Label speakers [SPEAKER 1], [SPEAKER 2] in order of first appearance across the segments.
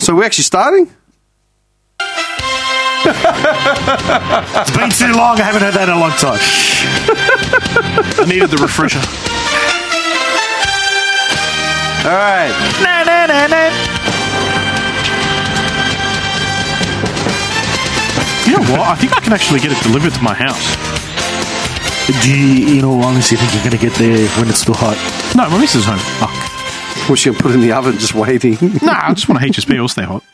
[SPEAKER 1] So we're actually starting?
[SPEAKER 2] It's been too long. I haven't had that in a long time. I needed the refresher.
[SPEAKER 1] All right.
[SPEAKER 2] You know what? I think I can actually get it delivered to my house. Do you, in all honesty, think you're going to get there when it's still hot? No, my missus is home. Oh.
[SPEAKER 1] Wish you put it in the oven just waiting.
[SPEAKER 2] No, I just want a HSP or stay hot.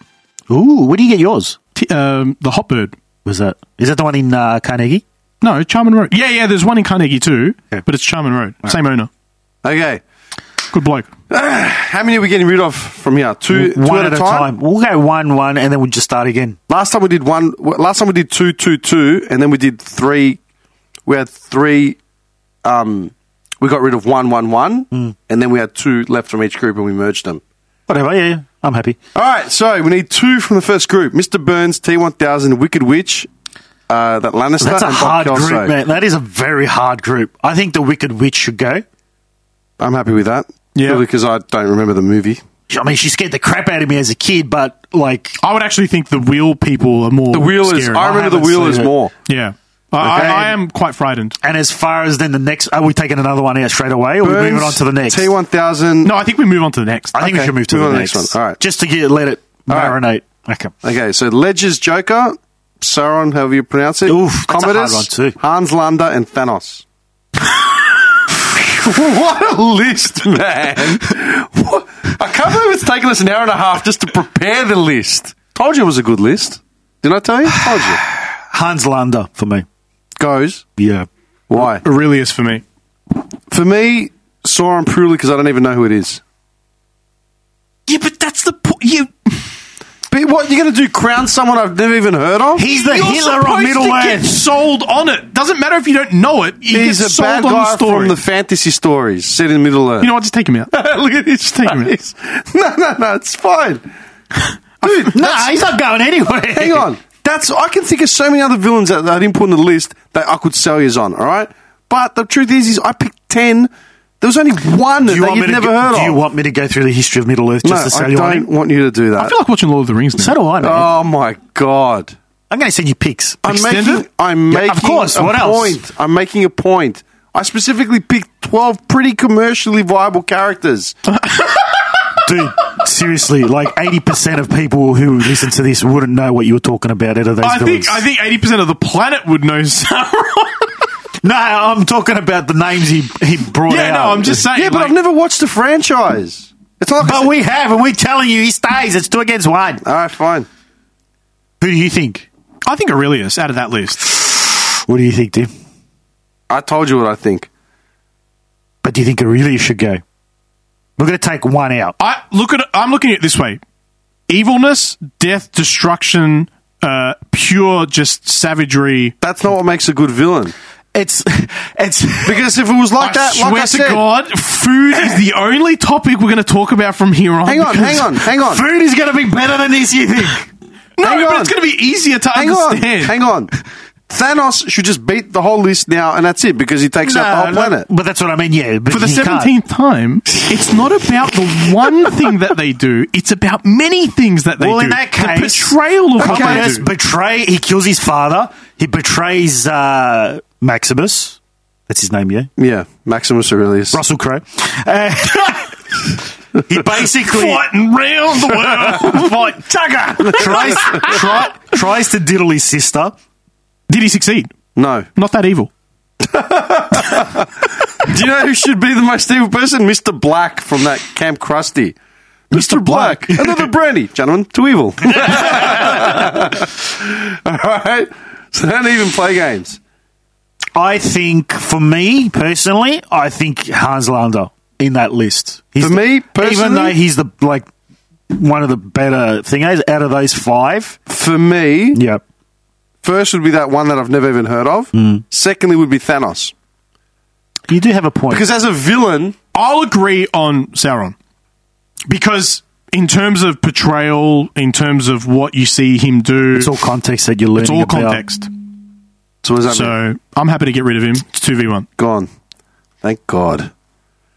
[SPEAKER 3] Ooh, where do you get yours?
[SPEAKER 2] T- um, the Hotbird.
[SPEAKER 3] Was that? Is that the one in uh, Carnegie?
[SPEAKER 2] No, Charmin Road. Yeah, yeah, there's one in Carnegie too, but it's Charmin Road. Same owner.
[SPEAKER 1] okay.
[SPEAKER 2] Good bloke.
[SPEAKER 1] How many are we getting rid of from here? Two, two
[SPEAKER 3] one at a time? We'll go one, one, and then we'll just start again.
[SPEAKER 1] Last time we did one. Last time we did two, two, two, and then we did three. We had three. Um, we got rid of one, one, one,
[SPEAKER 3] Hmm.
[SPEAKER 1] and then we had two left from each group, and we merged them.
[SPEAKER 3] Whatever. Yeah, yeah. I'm happy.
[SPEAKER 1] All right, so we need two from the first group: Mr. Burns, T1000, Wicked Witch, uh, that Lannister,
[SPEAKER 3] That's a
[SPEAKER 1] and Bob
[SPEAKER 3] hard
[SPEAKER 1] Kelso.
[SPEAKER 3] group, man. That is a very hard group. I think the Wicked Witch should go.
[SPEAKER 1] I'm happy with that.
[SPEAKER 2] Yeah.
[SPEAKER 1] because I don't remember the movie.
[SPEAKER 3] I mean, she scared the crap out of me as a kid, but like,
[SPEAKER 2] I would actually think the wheel people are more.
[SPEAKER 1] The wheel is.
[SPEAKER 2] scary.
[SPEAKER 1] I remember the
[SPEAKER 3] haven't
[SPEAKER 1] wheel
[SPEAKER 3] seen
[SPEAKER 1] is
[SPEAKER 3] it.
[SPEAKER 1] more.
[SPEAKER 2] yeah. I,
[SPEAKER 1] Okay.
[SPEAKER 2] I, I am quite frightened.
[SPEAKER 3] and as far as then the next, are we taking another one out straight away, or we moving on to the next?
[SPEAKER 1] T1000.
[SPEAKER 2] No, I think we move on to the next.
[SPEAKER 3] I think
[SPEAKER 1] Okay,
[SPEAKER 3] we should move to
[SPEAKER 1] move
[SPEAKER 3] the
[SPEAKER 1] on to the
[SPEAKER 3] next.
[SPEAKER 1] next one. All right.
[SPEAKER 3] just to get, let it
[SPEAKER 1] right.
[SPEAKER 3] marinate. Okay.
[SPEAKER 1] Okay, so Ledger's Joker, Sauron, however you pronounce it,
[SPEAKER 3] Oof, that's a hard one too.
[SPEAKER 1] Hans Lander, and Thanos. what a list, man! What? I can't believe it's taken us an hour and a half just to prepare the list. Told you it was a good list. Didn't I tell you? Told you.
[SPEAKER 3] Hans Lander for me.
[SPEAKER 1] Goes.
[SPEAKER 3] Yeah.
[SPEAKER 1] Why?
[SPEAKER 2] Aurelius for me.
[SPEAKER 1] For me, Sauron purely because I don't even know who it is.
[SPEAKER 2] Yeah, but that's the point. You.
[SPEAKER 1] But what you're going to do? Crown someone I've never even heard of?
[SPEAKER 3] He's the
[SPEAKER 2] You're
[SPEAKER 3] healer
[SPEAKER 2] supposed
[SPEAKER 3] of Middle
[SPEAKER 2] to get
[SPEAKER 3] Earth.
[SPEAKER 2] sold on it. Doesn't matter if you don't know it. You
[SPEAKER 1] He's
[SPEAKER 2] get
[SPEAKER 1] a bad
[SPEAKER 2] sold on
[SPEAKER 1] guy
[SPEAKER 2] the story.
[SPEAKER 1] from the fantasy stories set in Middle Earth.
[SPEAKER 2] you know what? Just take him out. Look at this. Just take him out.
[SPEAKER 1] no, no, no, it's fine. Dude,
[SPEAKER 3] Nah, he's not going anywhere.
[SPEAKER 1] hang on. That's I can think of so many other villains that, that I didn't put on the list that I could sell you on, all right? But the truth is, is I picked 10. There was only one that
[SPEAKER 3] Do you, want me
[SPEAKER 1] you've
[SPEAKER 3] to
[SPEAKER 1] never
[SPEAKER 3] go,
[SPEAKER 1] heard
[SPEAKER 3] do
[SPEAKER 1] of.
[SPEAKER 3] you want me to go through the history of Middle Earth just
[SPEAKER 1] no,
[SPEAKER 3] to sell
[SPEAKER 1] I
[SPEAKER 3] you on
[SPEAKER 1] don't
[SPEAKER 3] him?
[SPEAKER 1] want you to do
[SPEAKER 2] I
[SPEAKER 1] that.
[SPEAKER 2] feel like watching Lord of the Rings now.
[SPEAKER 3] So do I, man.
[SPEAKER 1] Oh, my God.
[SPEAKER 3] I'm going to send you pics.
[SPEAKER 1] I'm
[SPEAKER 2] Extended?
[SPEAKER 1] making, I'm
[SPEAKER 3] Yeah, of
[SPEAKER 1] making
[SPEAKER 3] course,
[SPEAKER 1] a
[SPEAKER 3] what else?
[SPEAKER 1] point. I'm making a point. I specifically picked 12 pretty commercially viable characters.
[SPEAKER 3] Dude, seriously, like 80% of people who listen to this wouldn't know what you were talking about out of those
[SPEAKER 2] I
[SPEAKER 3] villains.
[SPEAKER 2] think I think eighty percent of the planet would know Sauron.
[SPEAKER 3] no, I'm talking about the names he, he brought
[SPEAKER 2] yeah,
[SPEAKER 3] out.
[SPEAKER 2] no, I'm just saying.
[SPEAKER 1] yeah, but
[SPEAKER 2] like-
[SPEAKER 1] I've never watched the franchise. It's not like I
[SPEAKER 3] But
[SPEAKER 1] said-
[SPEAKER 3] we have, and we're telling you he stays. It's two against one.
[SPEAKER 1] All right, fine.
[SPEAKER 3] Who do you think?
[SPEAKER 2] I think Aurelius out of that list.
[SPEAKER 3] What do you think, Tim?
[SPEAKER 1] I told you what I think.
[SPEAKER 3] But do you think Aurelia should go? We're going to take one out.
[SPEAKER 2] I look at. it- I'm looking at it this way: evilness, death, destruction, uh, pure just savagery.
[SPEAKER 1] That's not what makes a good villain.
[SPEAKER 3] It's, it's,
[SPEAKER 1] Because if it was like that,
[SPEAKER 2] I swear
[SPEAKER 1] like I
[SPEAKER 2] to
[SPEAKER 1] said,
[SPEAKER 2] God, food is the only topic we're going to talk about from here on.
[SPEAKER 1] hang on,
[SPEAKER 2] because-
[SPEAKER 1] hang on, hang on,
[SPEAKER 3] food is going to be better than this, you think?
[SPEAKER 2] No,
[SPEAKER 1] hang
[SPEAKER 2] but
[SPEAKER 1] on.
[SPEAKER 2] it's going to be easier to
[SPEAKER 1] hang on,
[SPEAKER 2] understand.
[SPEAKER 1] hang on. Thanos should just beat the whole list now, and that's it, because he takes out the whole
[SPEAKER 3] No, no,
[SPEAKER 1] planet.
[SPEAKER 3] But that's what I mean, yeah. But
[SPEAKER 2] For the
[SPEAKER 3] he can't.
[SPEAKER 2] seventeenth time, it's not about the one thing that they do; it's about many things that they
[SPEAKER 3] Well,
[SPEAKER 2] do.
[SPEAKER 3] in that
[SPEAKER 2] the
[SPEAKER 3] case-
[SPEAKER 2] betrayal of what
[SPEAKER 1] Okay.
[SPEAKER 2] they
[SPEAKER 3] Yes,
[SPEAKER 2] do.
[SPEAKER 3] betray. He kills his father. He betrays uh, Maximus. That's his name, yeah.
[SPEAKER 1] Yeah, Maximus Aurelius.
[SPEAKER 3] Russell Crowe. Uh, he basically
[SPEAKER 2] fighting round the world. Fight Tugger.
[SPEAKER 3] tries, try, tries to diddle his sister.
[SPEAKER 2] Did he succeed?
[SPEAKER 1] No.
[SPEAKER 2] Not that evil.
[SPEAKER 1] Do you know who should be the most evil person? Mr. Black from that Camp Krusty. Mr. Black, another brandy. Gentlemen, too evil. All right. So don't even play games.
[SPEAKER 3] I think, for me personally, I think Hans Lander in that list. He's
[SPEAKER 1] For me,
[SPEAKER 3] even though
[SPEAKER 1] personally-
[SPEAKER 3] he's the like one of the better thingos out of those five.
[SPEAKER 1] For me,
[SPEAKER 3] Yeah.
[SPEAKER 1] first would be that one that I've never even heard of. Secondly would be Thanos.
[SPEAKER 3] You do have a point.
[SPEAKER 1] Because as a villain,
[SPEAKER 2] I'll agree on Sauron because, in terms of portrayal, in terms of what you see him do,
[SPEAKER 3] it's all context that you're learning
[SPEAKER 2] it's all
[SPEAKER 3] about.
[SPEAKER 2] context.
[SPEAKER 1] so what does that mean?
[SPEAKER 2] So I'm happy to get rid of him. It's two v one.
[SPEAKER 1] Gone. Thank God.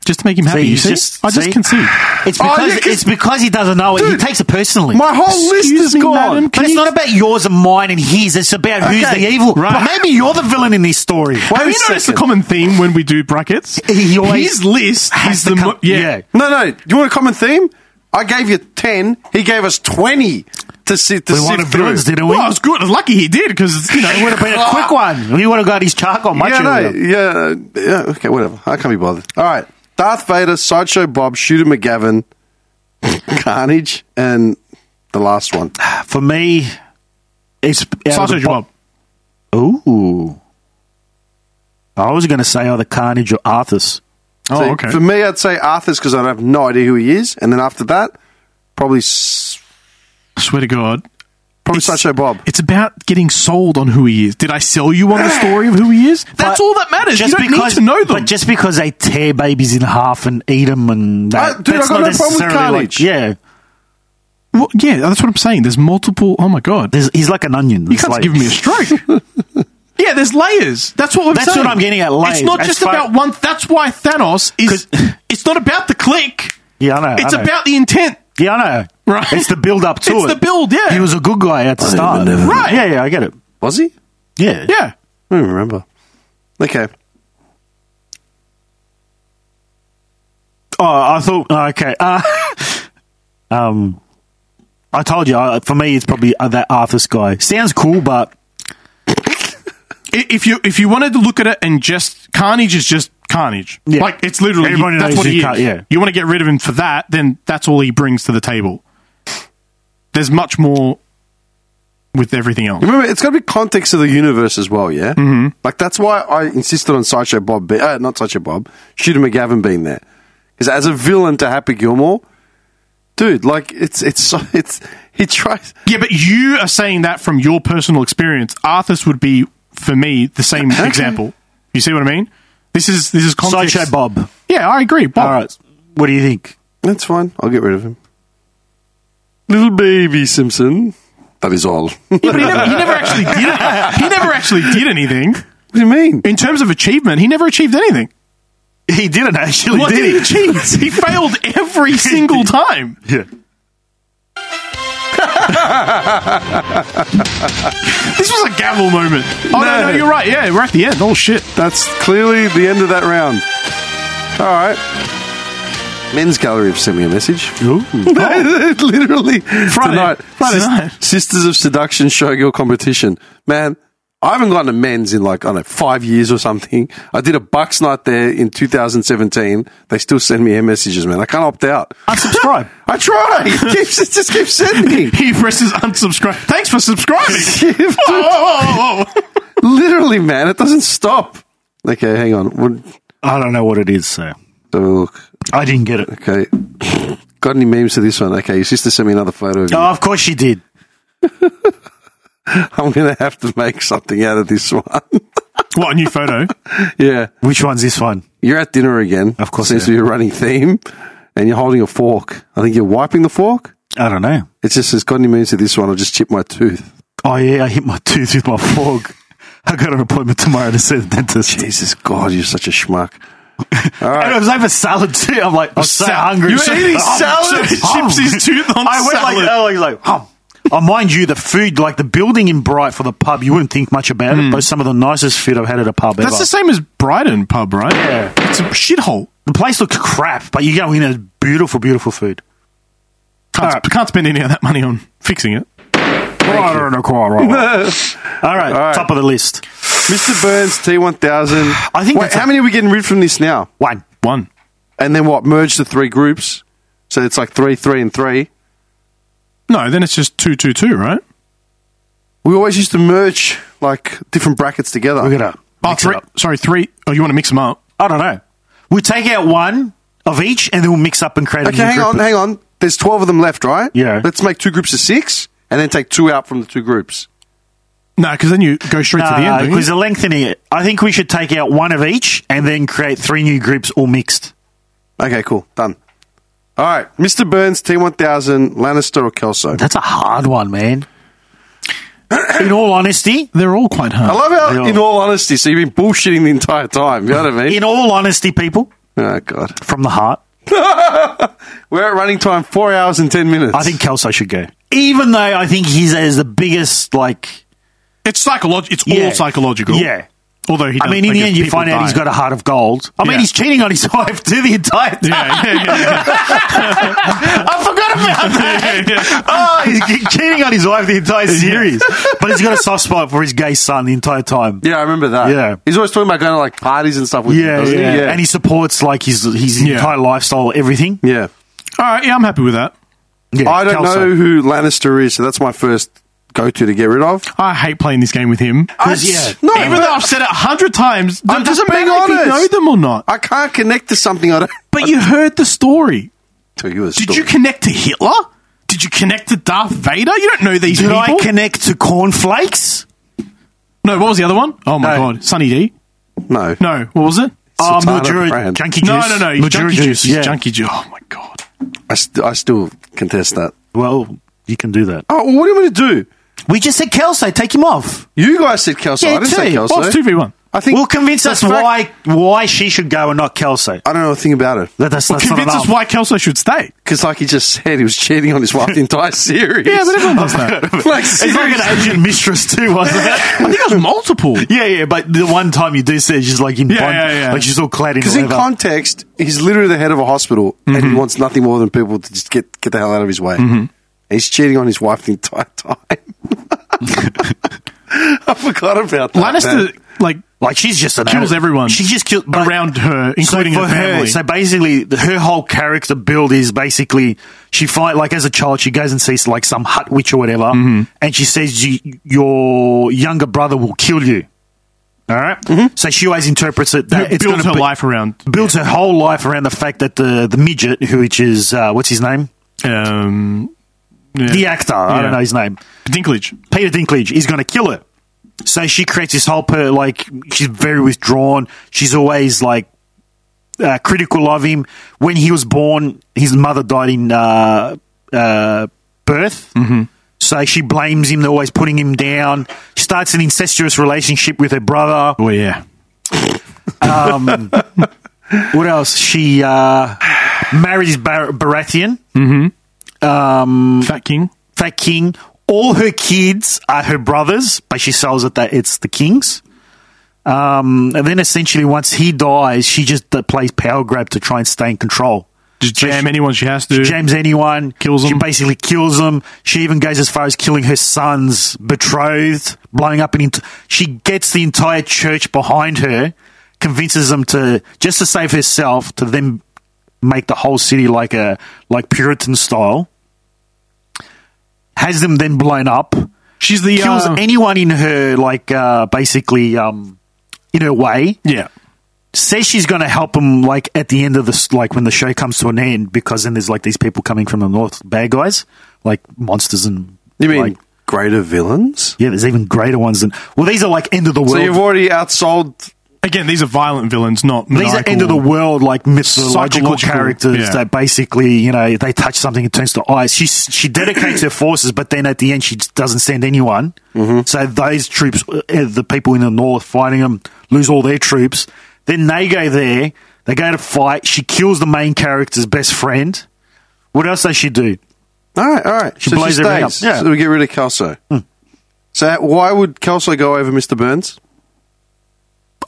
[SPEAKER 2] just to make him happy.
[SPEAKER 3] See,
[SPEAKER 2] you
[SPEAKER 3] he's
[SPEAKER 2] see?
[SPEAKER 3] just-
[SPEAKER 2] I just
[SPEAKER 3] see?
[SPEAKER 2] concede.
[SPEAKER 4] It's
[SPEAKER 1] Oh,
[SPEAKER 4] because,
[SPEAKER 1] yeah, 'cause-
[SPEAKER 4] it's because he doesn't know it. He takes it personally.
[SPEAKER 1] My whole list
[SPEAKER 2] Excuse
[SPEAKER 1] is
[SPEAKER 2] me,
[SPEAKER 1] gone.
[SPEAKER 2] madam,
[SPEAKER 4] but
[SPEAKER 2] Can
[SPEAKER 4] it's
[SPEAKER 2] you-
[SPEAKER 4] not about yours and mine and his. It's about who's
[SPEAKER 1] Okay,
[SPEAKER 4] the evil.
[SPEAKER 2] right.
[SPEAKER 4] But
[SPEAKER 3] Maybe you're the villain in this story.
[SPEAKER 2] Have
[SPEAKER 1] Wait a
[SPEAKER 2] you noticed the
[SPEAKER 1] second.
[SPEAKER 2] common theme when we do brackets?
[SPEAKER 4] He always
[SPEAKER 2] His list
[SPEAKER 4] has
[SPEAKER 2] is
[SPEAKER 4] to
[SPEAKER 2] the
[SPEAKER 4] come-
[SPEAKER 2] mo- yeah.
[SPEAKER 3] yeah.
[SPEAKER 1] No, no. You want a common theme? I gave you ten. He gave us twenty to sit to
[SPEAKER 3] We
[SPEAKER 1] sift
[SPEAKER 3] wanted
[SPEAKER 1] through.
[SPEAKER 3] villains, didn't we?
[SPEAKER 2] Well, I was good. I was lucky he did because you know
[SPEAKER 3] It would have been a quick one. You would have got his charcoal much
[SPEAKER 1] yeah, no,
[SPEAKER 3] earlier.
[SPEAKER 1] yeah, yeah. Okay, whatever. I can't be bothered. All right. Darth Vader, Sideshow Bob, Shooter McGavin, Carnage, and the last one.
[SPEAKER 3] For me, it's out of
[SPEAKER 2] sausage
[SPEAKER 3] the bo-
[SPEAKER 2] mob.
[SPEAKER 3] Ooh. I was going to say either Carnage or Arthur's.
[SPEAKER 1] See,
[SPEAKER 2] Oh, okay.
[SPEAKER 1] For me, I'd say Arthur's because I have no idea who he is, and then after that, probably s-
[SPEAKER 2] I swear to God,
[SPEAKER 1] probably
[SPEAKER 2] It's-
[SPEAKER 1] Sideshow Bob.
[SPEAKER 2] it's about getting sold on who he is. Did I sell you on the story of who he is? That's
[SPEAKER 3] But
[SPEAKER 2] all that matters. You don't
[SPEAKER 3] because,
[SPEAKER 2] need to know them.
[SPEAKER 3] But just because they tear babies in half and eat them and that,
[SPEAKER 1] Uh, dude,
[SPEAKER 3] that's
[SPEAKER 1] I got
[SPEAKER 3] not
[SPEAKER 1] no problem with
[SPEAKER 3] necessarily
[SPEAKER 1] Carnage.
[SPEAKER 3] Like, yeah,
[SPEAKER 2] Well, yeah, that's what I'm saying. There's multiple. Oh my God,
[SPEAKER 3] there's, he's like an onion.
[SPEAKER 2] you can't give me a stroke. yeah, there's layers. That's what I'm
[SPEAKER 3] That's
[SPEAKER 2] saying.
[SPEAKER 3] what I'm getting at, layers.
[SPEAKER 2] It's not
[SPEAKER 3] As
[SPEAKER 2] just
[SPEAKER 3] far-
[SPEAKER 2] about one. That's why Thanos is. It's not about the click.
[SPEAKER 3] Yeah, I know.
[SPEAKER 2] It's
[SPEAKER 3] I know.
[SPEAKER 2] about the intent.
[SPEAKER 3] Yeah, I know.
[SPEAKER 2] Right.
[SPEAKER 3] It's the build up to
[SPEAKER 2] It's
[SPEAKER 3] it.
[SPEAKER 2] the build, yeah.
[SPEAKER 3] He was a good guy at the
[SPEAKER 1] even
[SPEAKER 3] start.
[SPEAKER 1] know that.
[SPEAKER 2] Right.
[SPEAKER 3] Yeah, yeah, I get it.
[SPEAKER 1] Was he?
[SPEAKER 3] Yeah.
[SPEAKER 2] Yeah.
[SPEAKER 1] I don't remember. Okay.
[SPEAKER 3] Oh, I thought. oh, okay. Uh, um, I told you. I, for me, it's probably uh, that Arthur's guy. Sounds cool, but
[SPEAKER 2] I- If you if you wanted to look at it and just Carnage is just Carnage.
[SPEAKER 3] Yeah.
[SPEAKER 2] Like it's literally
[SPEAKER 3] Everybody
[SPEAKER 2] that's
[SPEAKER 3] knows
[SPEAKER 2] what
[SPEAKER 3] who
[SPEAKER 2] he is.
[SPEAKER 3] Car- yeah.
[SPEAKER 2] You want to get rid of him for that, then that's all he brings to the table. There's much more with everything else.
[SPEAKER 1] Remember, it's got to be context of the universe as well, yeah? Mm-hmm. Like, that's why I insisted on Sideshow Bob, be- uh, not Sideshow Bob, Shooter McGavin being there. Because as a villain to Happy Gilmore, dude, like, it's, it's, so, it's, he tries,
[SPEAKER 2] Yeah, but you are saying that from your personal experience. Arthur's would be for me the same example. You see what I mean? This is this is context.
[SPEAKER 3] sideshow Bob.
[SPEAKER 2] Yeah, I agree. Bob.
[SPEAKER 3] All right. What do you think?
[SPEAKER 1] that's fine, I'll get rid of him. Little baby Simpson. That is all. what
[SPEAKER 2] Yeah, but he never, he never actually did. It. He never actually did anything
[SPEAKER 1] do you mean?
[SPEAKER 2] in terms of achievement. He never achieved anything.
[SPEAKER 3] He didn't actually.
[SPEAKER 2] what did he achieve? He failed every single time.
[SPEAKER 3] he? Yeah.
[SPEAKER 2] This was a gavel moment. Oh no, no,
[SPEAKER 1] No.
[SPEAKER 2] you're right. Yeah, we're at the end. Oh shit.
[SPEAKER 1] That's clearly the end of that round. All right. Men's Gallery have sent me a message. Literally.
[SPEAKER 2] Friday.
[SPEAKER 1] Tonight.
[SPEAKER 2] Friday night.
[SPEAKER 1] Sisters of Seduction Showgirl Competition. Man, I haven't gotten a men's in like, I don't know, five years or something. I did a Bucks night there in 2017. They still send me air messages, man. I can't opt out.
[SPEAKER 3] Unsubscribe.
[SPEAKER 1] I try. It, keeps, it just keeps sending.
[SPEAKER 2] He presses unsubscribe. Thanks for subscribing. whoa, whoa, whoa, whoa.
[SPEAKER 1] Literally, man. It doesn't stop. Okay, hang on. What,
[SPEAKER 3] I don't know what it is. So
[SPEAKER 1] have a look.
[SPEAKER 3] I didn't get it.
[SPEAKER 1] Okay. Got any memes to this one? Okay, your sister sent me another photo of you.
[SPEAKER 3] Oh, of course she did.
[SPEAKER 1] I'm going to have to make something out of this one.
[SPEAKER 2] What a new photo.
[SPEAKER 1] yeah.
[SPEAKER 3] Which one's this one?
[SPEAKER 1] You're at dinner again.
[SPEAKER 3] Of course
[SPEAKER 1] Seems
[SPEAKER 3] I
[SPEAKER 1] to be a running theme. And you're holding a fork. I think you're wiping the fork.
[SPEAKER 3] I don't know.
[SPEAKER 1] It's just, it's got any means to this one. I'll just chip my tooth.
[SPEAKER 3] Oh yeah, I hit my tooth with my fork. I got an appointment tomorrow to see the dentist.
[SPEAKER 1] Jesus God, you're such a schmuck.
[SPEAKER 3] And it was over salad too. I'm like, I'm so
[SPEAKER 2] Sal-
[SPEAKER 3] hungry.
[SPEAKER 2] You were
[SPEAKER 3] So-
[SPEAKER 2] eating
[SPEAKER 3] Oh,
[SPEAKER 2] salad?
[SPEAKER 3] so-
[SPEAKER 2] Chips his tooth on
[SPEAKER 3] I went like,
[SPEAKER 2] salad.
[SPEAKER 3] I was like, hum. Oh, mind you, the food, like the building in Bright for the pub, you wouldn't think much about it, but some of the nicest food I've had at a pub
[SPEAKER 2] Hmm. That's
[SPEAKER 3] ever.
[SPEAKER 2] the same as Brighton pub, right? Yeah. It's a shithole.
[SPEAKER 3] the place looked crap, but you go in, it's beautiful, beautiful food.
[SPEAKER 2] Can't,
[SPEAKER 3] Alright.
[SPEAKER 2] can't spend any of that money on fixing it.
[SPEAKER 3] All right, top of the list.
[SPEAKER 1] Mr. Burns T1000.
[SPEAKER 3] I think
[SPEAKER 1] Wait,
[SPEAKER 3] that's a-
[SPEAKER 1] how many are we getting rid from this now?
[SPEAKER 3] One.
[SPEAKER 2] One.
[SPEAKER 1] And then what? Merge the three groups. So it's like three, three, and three.
[SPEAKER 2] No, then it's just two, two, two, right?
[SPEAKER 1] We always used to merge like different brackets together.
[SPEAKER 3] We're going to.
[SPEAKER 2] Oh, three. Sorry, three. Oh, you want to mix them up?
[SPEAKER 3] I don't know. We'll take out one of each and then we'll mix up and create
[SPEAKER 1] Okay,
[SPEAKER 3] a new
[SPEAKER 1] hang
[SPEAKER 3] group.
[SPEAKER 1] on, hang on. There's 12 of them left, right?
[SPEAKER 3] Yeah.
[SPEAKER 1] Let's make two groups of six and then take two out from the two groups.
[SPEAKER 2] No, because then you go straight to the end. don't you?
[SPEAKER 3] because they're lengthening it. I think we should take out one of each and then create three new groups all mixed.
[SPEAKER 1] Okay, cool. Done. All right. Mr. Burns, T1000, Lannister or Kelso?
[SPEAKER 3] That's a hard one, man. In all honesty,
[SPEAKER 2] They're all quite hard.
[SPEAKER 1] I love how, in all honesty, so you've been bullshitting the entire time. You know what I mean?
[SPEAKER 3] in all honesty, people,
[SPEAKER 1] Oh god,
[SPEAKER 3] from the heart.
[SPEAKER 1] we're at running time four hours and ten minutes.
[SPEAKER 3] I think Kelso should go, even though I think he's is the biggest. Like,
[SPEAKER 2] It's psychological. It's
[SPEAKER 3] Yeah.
[SPEAKER 2] all psychological.
[SPEAKER 3] yeah.
[SPEAKER 2] Although he,
[SPEAKER 3] I
[SPEAKER 2] does
[SPEAKER 3] mean, in the
[SPEAKER 2] think it's
[SPEAKER 3] end, you
[SPEAKER 2] people
[SPEAKER 3] find out
[SPEAKER 2] dying.
[SPEAKER 3] he's got a heart of gold. I mean,
[SPEAKER 2] Yeah.
[SPEAKER 3] he's cheating on his wife to the entire time.
[SPEAKER 2] Yeah, yeah, yeah,
[SPEAKER 3] I forgot about that. Oh, he's che- cheating on his wife the entire series, but he's got a soft spot for his gay son the entire time.
[SPEAKER 1] Yeah, I remember that.
[SPEAKER 3] Yeah.
[SPEAKER 1] he's always talking about going to like parties and stuff with you,
[SPEAKER 3] Yeah, yeah.
[SPEAKER 1] doesn't he?
[SPEAKER 3] and he supports like his his
[SPEAKER 2] Yeah.
[SPEAKER 3] entire lifestyle, everything.
[SPEAKER 1] yeah.
[SPEAKER 2] All right, Uh, yeah, I'm happy with that.
[SPEAKER 3] Yeah,
[SPEAKER 1] I don't
[SPEAKER 3] Kelso.
[SPEAKER 1] know who Lannister is, so that's my first go-to to get rid of.
[SPEAKER 2] I hate playing this game with him.
[SPEAKER 3] 'Cause, yeah,
[SPEAKER 1] No,
[SPEAKER 2] Even
[SPEAKER 1] but-
[SPEAKER 2] though I've said it a hundred times,
[SPEAKER 1] I'm
[SPEAKER 2] it doesn't
[SPEAKER 1] just being
[SPEAKER 2] matter if you know
[SPEAKER 1] honest.
[SPEAKER 2] them or not.
[SPEAKER 1] I can't connect to something I don't.
[SPEAKER 2] But you heard the story.
[SPEAKER 1] Tell you a
[SPEAKER 2] Did
[SPEAKER 1] story.
[SPEAKER 2] you connect to Hitler? Did you connect to Darth Vader? You don't know these
[SPEAKER 3] Did
[SPEAKER 2] people.
[SPEAKER 3] I connect to cornflakes?
[SPEAKER 2] no, what was the other one? Oh my
[SPEAKER 1] No.
[SPEAKER 2] god, Sunny D.
[SPEAKER 1] no,
[SPEAKER 2] No, what was it? Um,
[SPEAKER 3] Oh,
[SPEAKER 1] Sultana
[SPEAKER 3] Mildura-
[SPEAKER 1] brand.
[SPEAKER 3] junkie juice.
[SPEAKER 2] no, no, no,
[SPEAKER 3] Mildura
[SPEAKER 2] Junkie Juice.
[SPEAKER 3] Yeah.
[SPEAKER 2] Junkie Juice. Oh my god.
[SPEAKER 1] I, st- I still contest that.
[SPEAKER 3] Well, you can do that.
[SPEAKER 1] Oh, well, what do you want to do?
[SPEAKER 5] We just said Kelso, take him off.
[SPEAKER 1] You guys said Kelso. I
[SPEAKER 3] Yeah,
[SPEAKER 1] didn't say
[SPEAKER 3] too.
[SPEAKER 1] Kelso.
[SPEAKER 2] Well, it's two v one.
[SPEAKER 1] I think
[SPEAKER 3] Well, convince us
[SPEAKER 1] fact-
[SPEAKER 3] why why she should go and not Kelso.
[SPEAKER 1] I don't know a thing about it
[SPEAKER 3] That, that's, that's
[SPEAKER 2] Convince
[SPEAKER 3] not
[SPEAKER 2] us
[SPEAKER 3] enough.
[SPEAKER 2] why Kelso should stay.
[SPEAKER 1] because, like he just said, he was cheating on his wife the entire series.
[SPEAKER 2] Yeah, but everyone does that.
[SPEAKER 1] like
[SPEAKER 3] It's like
[SPEAKER 1] seriously.
[SPEAKER 3] an Asian mistress too, wasn't it?
[SPEAKER 2] I think it was multiple.
[SPEAKER 3] yeah, yeah. But the one time you do see, her, she's like in
[SPEAKER 2] Yeah,
[SPEAKER 3] bond,
[SPEAKER 2] yeah, yeah.
[SPEAKER 3] like she's all clad in
[SPEAKER 1] Because in
[SPEAKER 3] leather.
[SPEAKER 1] context, he's literally the head of a hospital, and he wants nothing more than people to just get get the hell out of his way. And He's cheating on his wife the entire time. I forgot about that. man.
[SPEAKER 2] Lannister, like,
[SPEAKER 3] like she's just an
[SPEAKER 2] Kills
[SPEAKER 3] addict.
[SPEAKER 2] everyone
[SPEAKER 3] She just killed
[SPEAKER 2] around her, including her family.
[SPEAKER 3] so basically, the- her whole character build is basically she fight like as a child. She goes and sees like some hut witch or whatever,
[SPEAKER 2] Mm-hmm.
[SPEAKER 3] and she says you, your younger brother will kill you. All right? So she always interprets it that it's
[SPEAKER 2] builds
[SPEAKER 3] gonna
[SPEAKER 2] her
[SPEAKER 3] be-
[SPEAKER 2] life around.
[SPEAKER 3] builds her whole life around the fact that the the midget, who which is uh, what's his name,
[SPEAKER 2] Um,
[SPEAKER 3] the actor. I
[SPEAKER 2] Yeah.
[SPEAKER 3] don't know his name.
[SPEAKER 2] Dinklage.
[SPEAKER 3] Peter Dinklage is going to kill her. So she creates this whole per like she's very withdrawn. She's always like uh, critical of him. When he was born, his mother died in uh, uh, birth. Mm-hmm. So she blames him. They're always putting him down. She starts an incestuous relationship with her brother.
[SPEAKER 2] Oh yeah.
[SPEAKER 3] What else? She uh, marries Bar- Baratheon,
[SPEAKER 2] Fat King.
[SPEAKER 3] Fat King. All her kids are her brothers, but she sells it that it's the king's. Um, and then essentially, once he dies, she just uh, plays power grab to try and stay in control.
[SPEAKER 2] Just jam anyone she has to.
[SPEAKER 3] James anyone
[SPEAKER 2] Kills
[SPEAKER 3] She
[SPEAKER 2] them.
[SPEAKER 3] basically kills them. She even goes as far as killing her son's betrothed, blowing up an. Ent- she gets the entire church behind her, convinces them to just to save herself to then make the whole city like a like Puritan style. Has them then blown up.
[SPEAKER 2] She's the
[SPEAKER 3] Kills
[SPEAKER 2] uh,
[SPEAKER 3] anyone in her like uh, basically um, in her way
[SPEAKER 2] yeah.
[SPEAKER 3] says she's going to help him like at the end of this like when the show comes to an end because then there's like these people coming from the north bad guys like monsters and
[SPEAKER 1] You mean
[SPEAKER 3] like,
[SPEAKER 1] greater villains?
[SPEAKER 3] yeah there's even greater ones than well these are like end of the world
[SPEAKER 1] So you've already outsold.
[SPEAKER 2] Again, these are violent villains, not
[SPEAKER 3] these are
[SPEAKER 2] maniacal.
[SPEAKER 3] end of the world like mythological
[SPEAKER 2] Psychological,
[SPEAKER 3] characters
[SPEAKER 2] yeah.
[SPEAKER 3] that basically you know they touch something it turns to ice she she dedicates her forces but then at the end she doesn't send anyone
[SPEAKER 2] Mm-hmm.
[SPEAKER 3] so those troops uh, the people in the north fighting them lose all their troops then they go there they go to fight she kills the main character's best friend what else does she do
[SPEAKER 1] All right, all right. She
[SPEAKER 3] blows
[SPEAKER 1] she
[SPEAKER 3] everything
[SPEAKER 1] stays.
[SPEAKER 3] up. Yeah. Hmm.
[SPEAKER 1] So we get rid of Kelso. So why would Kelso go over Mr. Burns?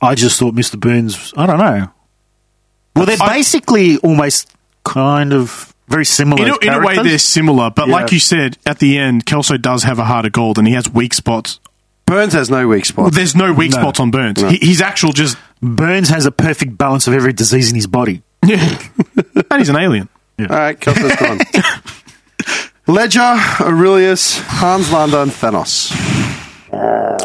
[SPEAKER 3] i just thought mr burns i don't know well they're basically almost kind of very similar
[SPEAKER 2] In a,
[SPEAKER 3] as
[SPEAKER 2] in a way,
[SPEAKER 3] characters.
[SPEAKER 2] they're similar, but
[SPEAKER 3] Yeah.
[SPEAKER 2] like you said, at the end, Kelso does have a heart of gold, and he has weak spots.
[SPEAKER 1] Burns has no weak spot.
[SPEAKER 2] There's no weak spots on Burns. He, he's actual just,
[SPEAKER 3] Burns has a perfect balance of every disease in his body.
[SPEAKER 2] and he's an alien.
[SPEAKER 1] All right, Kelso's gone. Ledger, Aurelius, Hans Landa, and Thanos.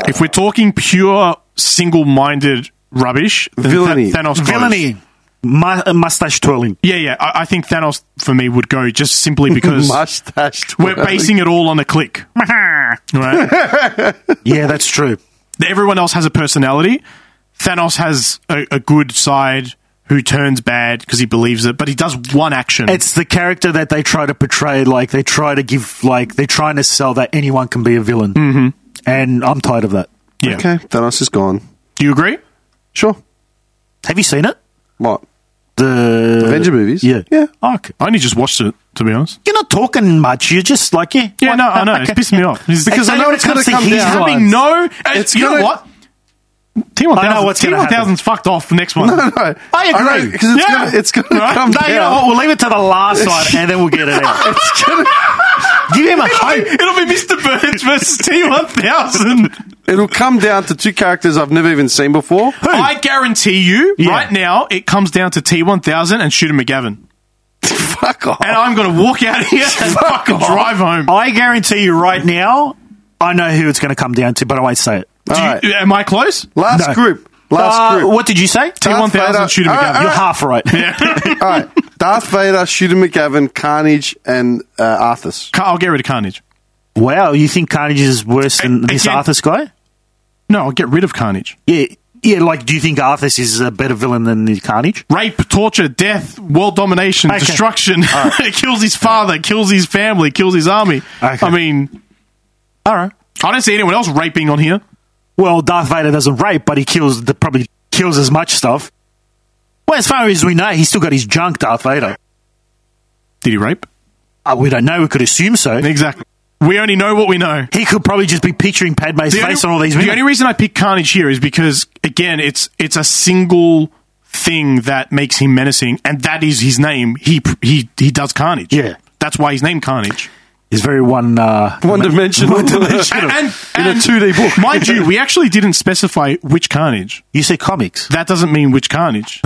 [SPEAKER 2] If we're talking pure single-minded rubbish, then Tha-
[SPEAKER 1] Villainy.
[SPEAKER 2] Thanos goes.
[SPEAKER 3] Villainy, mu- uh, mustache twirling.
[SPEAKER 2] Yeah, yeah. I, I think Thanos for me would go just simply because
[SPEAKER 1] Mustache.
[SPEAKER 2] we're basing it all on a click, right?
[SPEAKER 3] Yeah, that's true.
[SPEAKER 2] Everyone else has a personality. Thanos has a, a good side who turns bad because he believes it, but he does one action.
[SPEAKER 3] It's the character that they try to portray. Like they try to give. Like they're trying to sell that anyone can be a villain. Mm-hmm. And I'm tired of that.
[SPEAKER 2] yeah.
[SPEAKER 1] Okay, Thanos is gone.
[SPEAKER 2] Do you agree?
[SPEAKER 1] Sure.
[SPEAKER 3] Have you seen it?
[SPEAKER 1] What?
[SPEAKER 3] The
[SPEAKER 1] Avenger movies?
[SPEAKER 3] Yeah.
[SPEAKER 1] Yeah.
[SPEAKER 3] Oh, okay.
[SPEAKER 2] I only just watched it, to be honest.
[SPEAKER 3] You're not talking much. You're just like, yeah.
[SPEAKER 2] Yeah,
[SPEAKER 3] like,
[SPEAKER 2] no, I know. It's pissing me off. It's
[SPEAKER 1] because I know
[SPEAKER 3] when
[SPEAKER 1] it's
[SPEAKER 3] it comes
[SPEAKER 1] gonna come
[SPEAKER 3] his
[SPEAKER 1] down.
[SPEAKER 3] lines-
[SPEAKER 2] having no.
[SPEAKER 1] It's
[SPEAKER 2] It's you know
[SPEAKER 1] gonna-
[SPEAKER 2] what? T one
[SPEAKER 3] I know what's
[SPEAKER 2] thousand. T
[SPEAKER 3] gonna
[SPEAKER 2] one
[SPEAKER 3] happen.
[SPEAKER 2] thousand's fucked off. Next one.
[SPEAKER 1] No, no.
[SPEAKER 3] I agree.
[SPEAKER 1] Because it's
[SPEAKER 2] Yeah.
[SPEAKER 1] gonna it's gonna
[SPEAKER 2] Right.
[SPEAKER 1] come
[SPEAKER 3] No, you know
[SPEAKER 1] down.
[SPEAKER 3] what? We'll leave it to the last side and then we'll get it out.
[SPEAKER 1] It's gonna-
[SPEAKER 3] Give him a hope.
[SPEAKER 2] It'll be Mr. Burns versus T one thousand.
[SPEAKER 1] it'll come down to two characters I've never even seen before.
[SPEAKER 2] I guarantee you,
[SPEAKER 3] Yeah.
[SPEAKER 2] right now, it comes down to T one thousand and Shooter McGavin,
[SPEAKER 1] Fuck off.
[SPEAKER 2] and I'm going to walk out of here and fucking drive home.
[SPEAKER 3] I guarantee you right now, I know who it's going to come down to, but I won't say it.
[SPEAKER 1] All
[SPEAKER 2] Do you-
[SPEAKER 1] right.
[SPEAKER 2] Am I close?
[SPEAKER 1] Last
[SPEAKER 3] No.
[SPEAKER 1] group. Last
[SPEAKER 3] Uh,
[SPEAKER 1] group.
[SPEAKER 3] What did you say?
[SPEAKER 2] T one thousand,
[SPEAKER 1] Vader-
[SPEAKER 2] Shooter
[SPEAKER 1] All right,
[SPEAKER 2] McGavin.
[SPEAKER 1] all
[SPEAKER 3] You're half right.
[SPEAKER 2] Yeah.
[SPEAKER 1] All right. Darth Vader, Shooter McGavin, Carnage, and uh, Arthas.
[SPEAKER 2] I'll get rid of Carnage.
[SPEAKER 3] Wow, you think Carnage is worse than
[SPEAKER 2] A-
[SPEAKER 3] this
[SPEAKER 2] again-
[SPEAKER 3] Arthas guy?
[SPEAKER 2] No, I'll get rid of Carnage.
[SPEAKER 3] Yeah, yeah. Like, do you think Arthas is a better villain than the Carnage?
[SPEAKER 2] rape, torture, death, world domination,
[SPEAKER 3] Okay.
[SPEAKER 2] destruction. kills his father, kills his family, kills his army.
[SPEAKER 3] Okay.
[SPEAKER 2] I mean,
[SPEAKER 3] All right.
[SPEAKER 2] I don't see anyone else raping on here.
[SPEAKER 3] Well, Darth Vader doesn't rape, but he kills. The, probably kills as much stuff. Well, as far as we know, he's still got his junk, Darth Vader.
[SPEAKER 2] Did he rape?
[SPEAKER 3] Uh, we don't know. We could assume so.
[SPEAKER 2] Exactly. We only know what we know.
[SPEAKER 3] He could probably just be picturing Padme's
[SPEAKER 2] The
[SPEAKER 3] face
[SPEAKER 2] only-
[SPEAKER 3] on all these
[SPEAKER 2] the
[SPEAKER 3] women.
[SPEAKER 2] only reason I pick Carnage here is because again, it's it's a single thing that makes him menacing, and that is his name. He he he does Carnage.
[SPEAKER 3] Yeah.
[SPEAKER 2] that's why he's named Carnage.
[SPEAKER 3] He's very one. Uh,
[SPEAKER 1] One dimension. One
[SPEAKER 2] And,
[SPEAKER 1] dimension.
[SPEAKER 2] and,
[SPEAKER 1] In a
[SPEAKER 2] and-
[SPEAKER 1] 2D book.
[SPEAKER 2] mind you, we actually didn't specify which Carnage.
[SPEAKER 3] you say comics.
[SPEAKER 2] That doesn't mean which Carnage.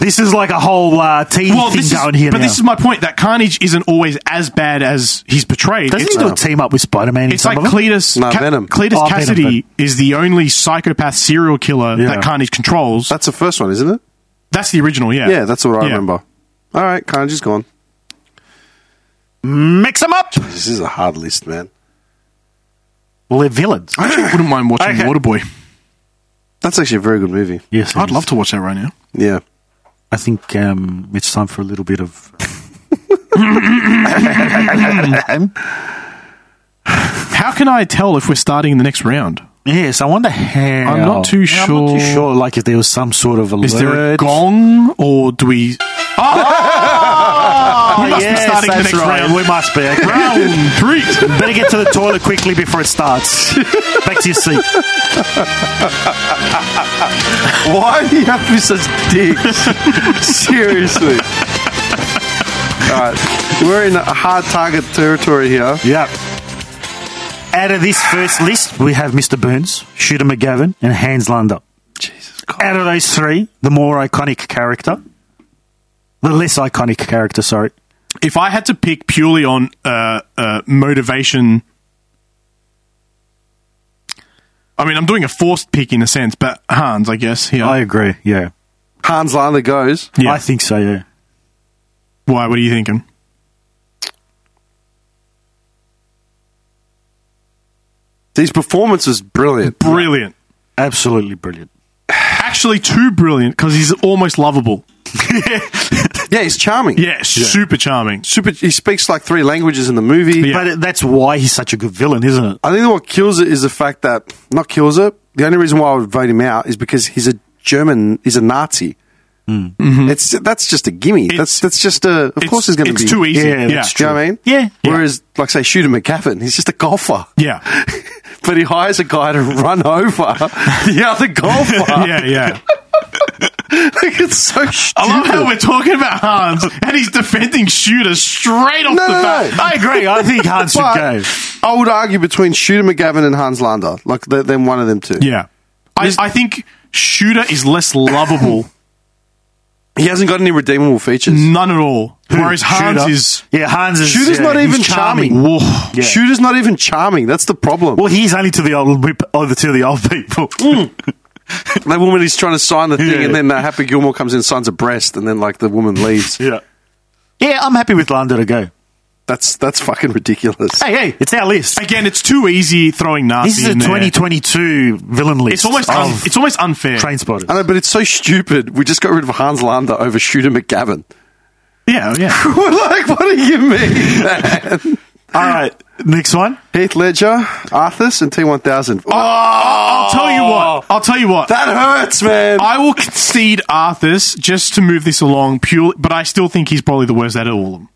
[SPEAKER 3] This is like a whole uh, team
[SPEAKER 2] well,
[SPEAKER 3] thing
[SPEAKER 2] this
[SPEAKER 3] going
[SPEAKER 2] is,
[SPEAKER 3] here
[SPEAKER 2] but
[SPEAKER 3] now.
[SPEAKER 2] this is my point that Carnage isn't always as bad as he's portrayed.
[SPEAKER 3] Doesn't
[SPEAKER 2] it's
[SPEAKER 3] he do a team up with Spider Man?
[SPEAKER 2] it's like Cletus.
[SPEAKER 1] No, Venom.
[SPEAKER 2] Cletus
[SPEAKER 3] Oh, Venom,
[SPEAKER 2] Cassidy
[SPEAKER 3] Venom.
[SPEAKER 2] is the only psychopath serial killer
[SPEAKER 3] Yeah.
[SPEAKER 2] that Carnage controls.
[SPEAKER 1] That's the first one, isn't it?
[SPEAKER 2] That's the original, yeah.
[SPEAKER 1] Yeah, that's what I
[SPEAKER 2] Yeah.
[SPEAKER 1] remember. All right, Carnage is gone.
[SPEAKER 3] mix them up.
[SPEAKER 1] This is a hard list, man.
[SPEAKER 3] Well, they're villains.
[SPEAKER 2] I actually wouldn't mind watching
[SPEAKER 3] Okay.
[SPEAKER 2] Waterboy.
[SPEAKER 1] That's actually a very good movie.
[SPEAKER 3] Yes,
[SPEAKER 2] I'd love to watch that right now.
[SPEAKER 1] Yeah.
[SPEAKER 3] I think um, it's time for a little bit of.
[SPEAKER 2] How can I tell if we're starting in the next round?
[SPEAKER 3] Yes, I wonder how.
[SPEAKER 2] I'm not too
[SPEAKER 3] Yeah, I'm not too
[SPEAKER 2] sure.
[SPEAKER 3] sure. Like if there was some sort of alert.
[SPEAKER 2] Is there a gong or do we?
[SPEAKER 3] Oh,
[SPEAKER 2] We must be
[SPEAKER 3] yes,
[SPEAKER 2] starting the
[SPEAKER 3] that's
[SPEAKER 2] next
[SPEAKER 3] right.
[SPEAKER 2] round.
[SPEAKER 3] We must be. Okay.
[SPEAKER 2] Round three.
[SPEAKER 3] Better get to the toilet quickly before it starts. Back to your seat.
[SPEAKER 1] Why do you have to be such dicks? Seriously. All right. We're in hard target territory here.
[SPEAKER 3] Yep. Out of this first list, we have Mr. Burns, Shooter McGavin, and Hans Lander.
[SPEAKER 1] Jesus Christ.
[SPEAKER 3] Out of those three, the more iconic character, the less iconic character, sorry.
[SPEAKER 2] If I had to pick purely on uh, uh, motivation, I mean, I'm doing a forced pick in a sense, but Hans, I guess. Yeah.
[SPEAKER 3] I agree, yeah.
[SPEAKER 1] Hans Lander goes.
[SPEAKER 2] Yeah.
[SPEAKER 3] I think so, yeah.
[SPEAKER 2] Why? What are you thinking?
[SPEAKER 1] His performance was brilliant.
[SPEAKER 2] Brilliant.
[SPEAKER 3] Absolutely brilliant.
[SPEAKER 2] Actually, too brilliant because he's almost lovable.
[SPEAKER 1] Yeah, he's charming.
[SPEAKER 2] Yeah, super charming.
[SPEAKER 1] Super. He speaks like three languages in the movie.
[SPEAKER 2] Yeah.
[SPEAKER 3] But that's why he's such a good villain, isn't it?
[SPEAKER 1] I think what kills it is the fact that not kills it. The only reason why I would vote him out is because he's a German. He's a Nazi.
[SPEAKER 3] Mm-hmm.
[SPEAKER 1] It's that's just a gimme. that's that's just a. Of
[SPEAKER 2] Mm. It's-
[SPEAKER 1] course, he's going to
[SPEAKER 2] It's
[SPEAKER 1] be.
[SPEAKER 2] too easy.
[SPEAKER 3] Yeah,
[SPEAKER 2] yeah.
[SPEAKER 3] that's
[SPEAKER 1] Do you know what I mean?
[SPEAKER 3] Yeah.
[SPEAKER 1] Whereas, like say, Shooter McGavin, he's just a golfer.
[SPEAKER 2] Yeah.
[SPEAKER 1] but he hires a guy to run over the other golfer.
[SPEAKER 2] yeah, yeah.
[SPEAKER 1] Like, it's so stupid.
[SPEAKER 2] Uh, I love how we're talking about Hans and he's defending Shooter straight off
[SPEAKER 1] No,
[SPEAKER 2] the
[SPEAKER 1] no, no.
[SPEAKER 2] bat.
[SPEAKER 3] I agree. I think Hans should
[SPEAKER 1] But
[SPEAKER 3] go.
[SPEAKER 1] I would argue between Shooter McGavin and Hans Lander. Like, th- then one of them two.
[SPEAKER 2] Yeah. I, I think Shooter is less lovable.
[SPEAKER 1] He hasn't got any redeemable features.
[SPEAKER 2] None at all. Whereas Hans
[SPEAKER 3] Shooter.
[SPEAKER 2] is.
[SPEAKER 3] Yeah, Hans is.
[SPEAKER 1] Shooter's
[SPEAKER 3] yeah,
[SPEAKER 1] not
[SPEAKER 3] he's
[SPEAKER 1] even charming.
[SPEAKER 2] Whoa.
[SPEAKER 3] Yeah.
[SPEAKER 1] Shooter's not even charming. That's the problem.
[SPEAKER 3] Well, he's only to the old whip, over to the old people.
[SPEAKER 1] That woman is trying to sign the thing,
[SPEAKER 3] Yeah.
[SPEAKER 1] and then uh, Happy Gilmore comes in, signs a breast, and then like the woman leaves.
[SPEAKER 3] yeah. Yeah, I'm happy with Lander to go.
[SPEAKER 1] That's that's fucking ridiculous.
[SPEAKER 3] Hey, hey, it's our list.
[SPEAKER 2] Again, it's too easy throwing Nazi
[SPEAKER 3] This is a
[SPEAKER 2] in there.
[SPEAKER 3] 2022 villain list.
[SPEAKER 2] It's almost, un-
[SPEAKER 3] of
[SPEAKER 2] it's almost unfair.
[SPEAKER 3] train spotters.
[SPEAKER 1] I know, but it's so stupid. We just got rid of Hans Lander over Shooter McGavin.
[SPEAKER 3] oh,
[SPEAKER 2] Yeah, yeah.
[SPEAKER 1] We're like, what do you mean?
[SPEAKER 3] All right, Next one.
[SPEAKER 1] Heath Ledger, Arthur's, and T1000. Oh,
[SPEAKER 2] I'll tell you what. I'll tell you what.
[SPEAKER 1] that hurts, man.
[SPEAKER 3] Oh,
[SPEAKER 2] I will concede Arthur's just to move this along purely, but I still think he's probably the worst out of all of them.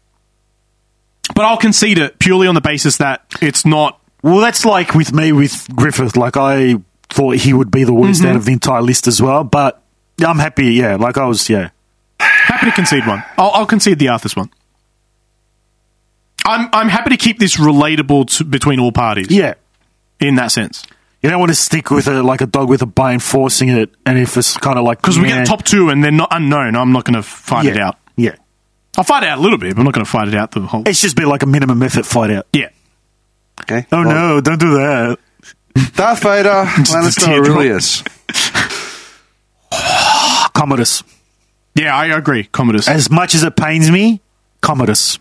[SPEAKER 2] But I'll concede it purely on the basis that it's not.
[SPEAKER 3] Well, that's like with me with Griffith. Like I thought he would be the worst out of the entire list as well, but I'm happy. Yeah, like I was. Yeah,
[SPEAKER 2] Happy to concede one. I'll, I'll concede the Arthur's one. I'm I'm happy to keep this relatable to, between all parties
[SPEAKER 3] yeah.
[SPEAKER 2] in that sense
[SPEAKER 3] You don't want to stick with it like a dog with a bone, forcing it. And if it's kind of like
[SPEAKER 2] because we get top two and they're not unknown. I'm not going to fight
[SPEAKER 3] yeah,
[SPEAKER 2] it out.
[SPEAKER 3] Yeah,
[SPEAKER 2] I'll fight it out a little bit, but I'm not going to fight it out the whole.
[SPEAKER 3] it's just been like a minimum effort fight out.
[SPEAKER 2] Yeah.
[SPEAKER 1] okay.
[SPEAKER 3] Oh
[SPEAKER 1] Well,
[SPEAKER 3] no, don't do that.
[SPEAKER 1] Darth Vader, Lannister
[SPEAKER 2] teardrop.
[SPEAKER 1] Aurelius.
[SPEAKER 3] Commodus.
[SPEAKER 2] Yeah, I agree. Commodus.
[SPEAKER 3] As much as it pains me, Commodus.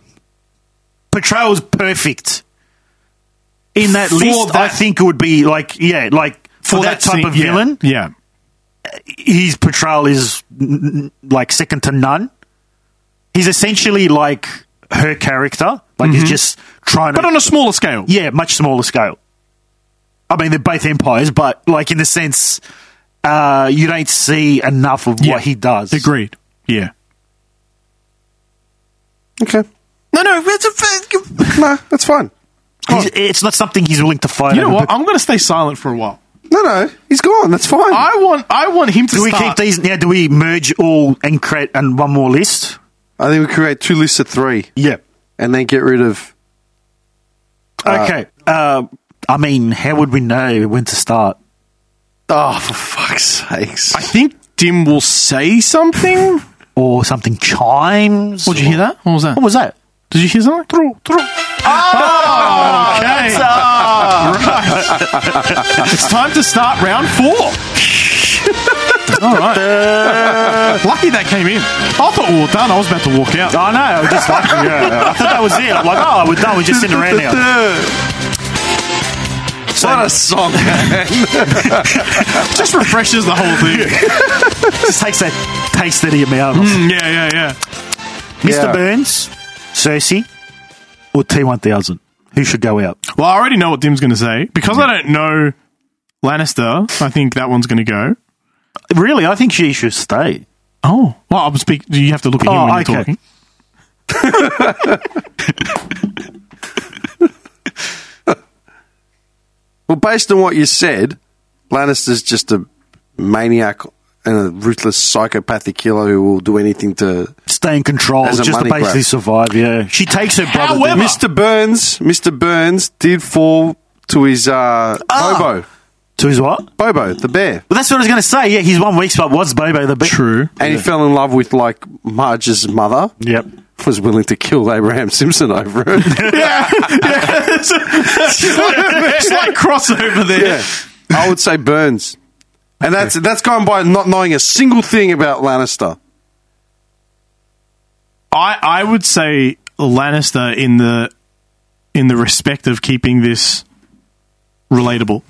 [SPEAKER 3] Portrayal was perfect. In that
[SPEAKER 2] For
[SPEAKER 3] list, I
[SPEAKER 2] that-
[SPEAKER 3] think it would be like, yeah, like for, that, type
[SPEAKER 2] scene-
[SPEAKER 3] of
[SPEAKER 2] yeah,
[SPEAKER 3] villain,
[SPEAKER 2] Yeah.
[SPEAKER 3] his portrayal is n- n- like second to none. He's essentially like her character. Like he's just trying to.
[SPEAKER 2] Mm-hmm. But on a smaller scale.
[SPEAKER 3] Yeah, much smaller scale. I mean, they're both empires, but like in the sense, uh, you don't see enough of
[SPEAKER 2] Yeah.
[SPEAKER 3] what he does.
[SPEAKER 2] Agreed. Yeah.
[SPEAKER 1] Okay.
[SPEAKER 2] No, no, it's a.
[SPEAKER 1] No, that's fine.
[SPEAKER 3] He's- it's not something he's willing to fight.
[SPEAKER 2] You know
[SPEAKER 3] over,
[SPEAKER 2] what?
[SPEAKER 3] but
[SPEAKER 2] I'm going to stay silent for a while.
[SPEAKER 1] No, no, he's gone. That's fine.
[SPEAKER 2] I want, I want him to
[SPEAKER 3] Do we keep
[SPEAKER 2] start.
[SPEAKER 3] these now? Do we merge all and create and one more list?
[SPEAKER 1] I think we create two lists of three
[SPEAKER 3] Yeah.
[SPEAKER 1] and then get rid of.
[SPEAKER 3] Okay. Uh, I mean, how would we know when to start?
[SPEAKER 1] Oh, for fuck's sakes.
[SPEAKER 2] I think Dim will say something.
[SPEAKER 3] Or something chimes?
[SPEAKER 2] Did you hear that? What was that?
[SPEAKER 3] What was that?
[SPEAKER 2] Did you hear something? Through, through. Oh, okay. Right. it's time to start round four. All right. Lucky that came in. I thought we were done. I was about to walk out.
[SPEAKER 3] I know. I was just like, yeah. I thought that was it. I'm like, oh, we're done. We're just sitting around now.
[SPEAKER 1] what a song.
[SPEAKER 2] Just refreshes the whole thing.
[SPEAKER 3] Just takes that taste out of your mouth.
[SPEAKER 2] yeah, yeah, yeah.
[SPEAKER 3] Mr.
[SPEAKER 1] Yeah.
[SPEAKER 3] Burns, Cersei, or T1000? Who should go out?
[SPEAKER 2] Well, I already know what Dim's going to say because I don't know Lannister. I think that one's going to go.
[SPEAKER 3] Really, I think she should stay.
[SPEAKER 2] Oh, well, I'm speak. You have to look at him
[SPEAKER 3] Oh,
[SPEAKER 2] when you're
[SPEAKER 3] okay.
[SPEAKER 2] talking.
[SPEAKER 1] well, based on what you said, Lannister's just a maniac and a ruthless psychopathic killer who will do anything to.
[SPEAKER 3] Stay in control,
[SPEAKER 1] As a
[SPEAKER 3] just to
[SPEAKER 1] money grab.
[SPEAKER 3] basically survive, yeah. She takes her brother.
[SPEAKER 2] However-
[SPEAKER 3] down.
[SPEAKER 1] Mr. Burns, Mr. Burns did fall to his uh, Bobo,
[SPEAKER 3] To his what? Well,
[SPEAKER 1] Bobo the bear,
[SPEAKER 3] that's what I was going to say. Yeah, his one weak spot was Bobo the Bear.
[SPEAKER 2] True.
[SPEAKER 1] and he fell in love with like Marge's mother.
[SPEAKER 3] Yep.
[SPEAKER 1] was willing to kill Abraham Simpson over it.
[SPEAKER 2] Yeah, yeah. It's, like, it's like crossover there.
[SPEAKER 1] yeah, I would say Burns, and that's that's gone by not knowing a single thing about Lannister.
[SPEAKER 2] I I would say Lannister in the in the respect of keeping this relatable.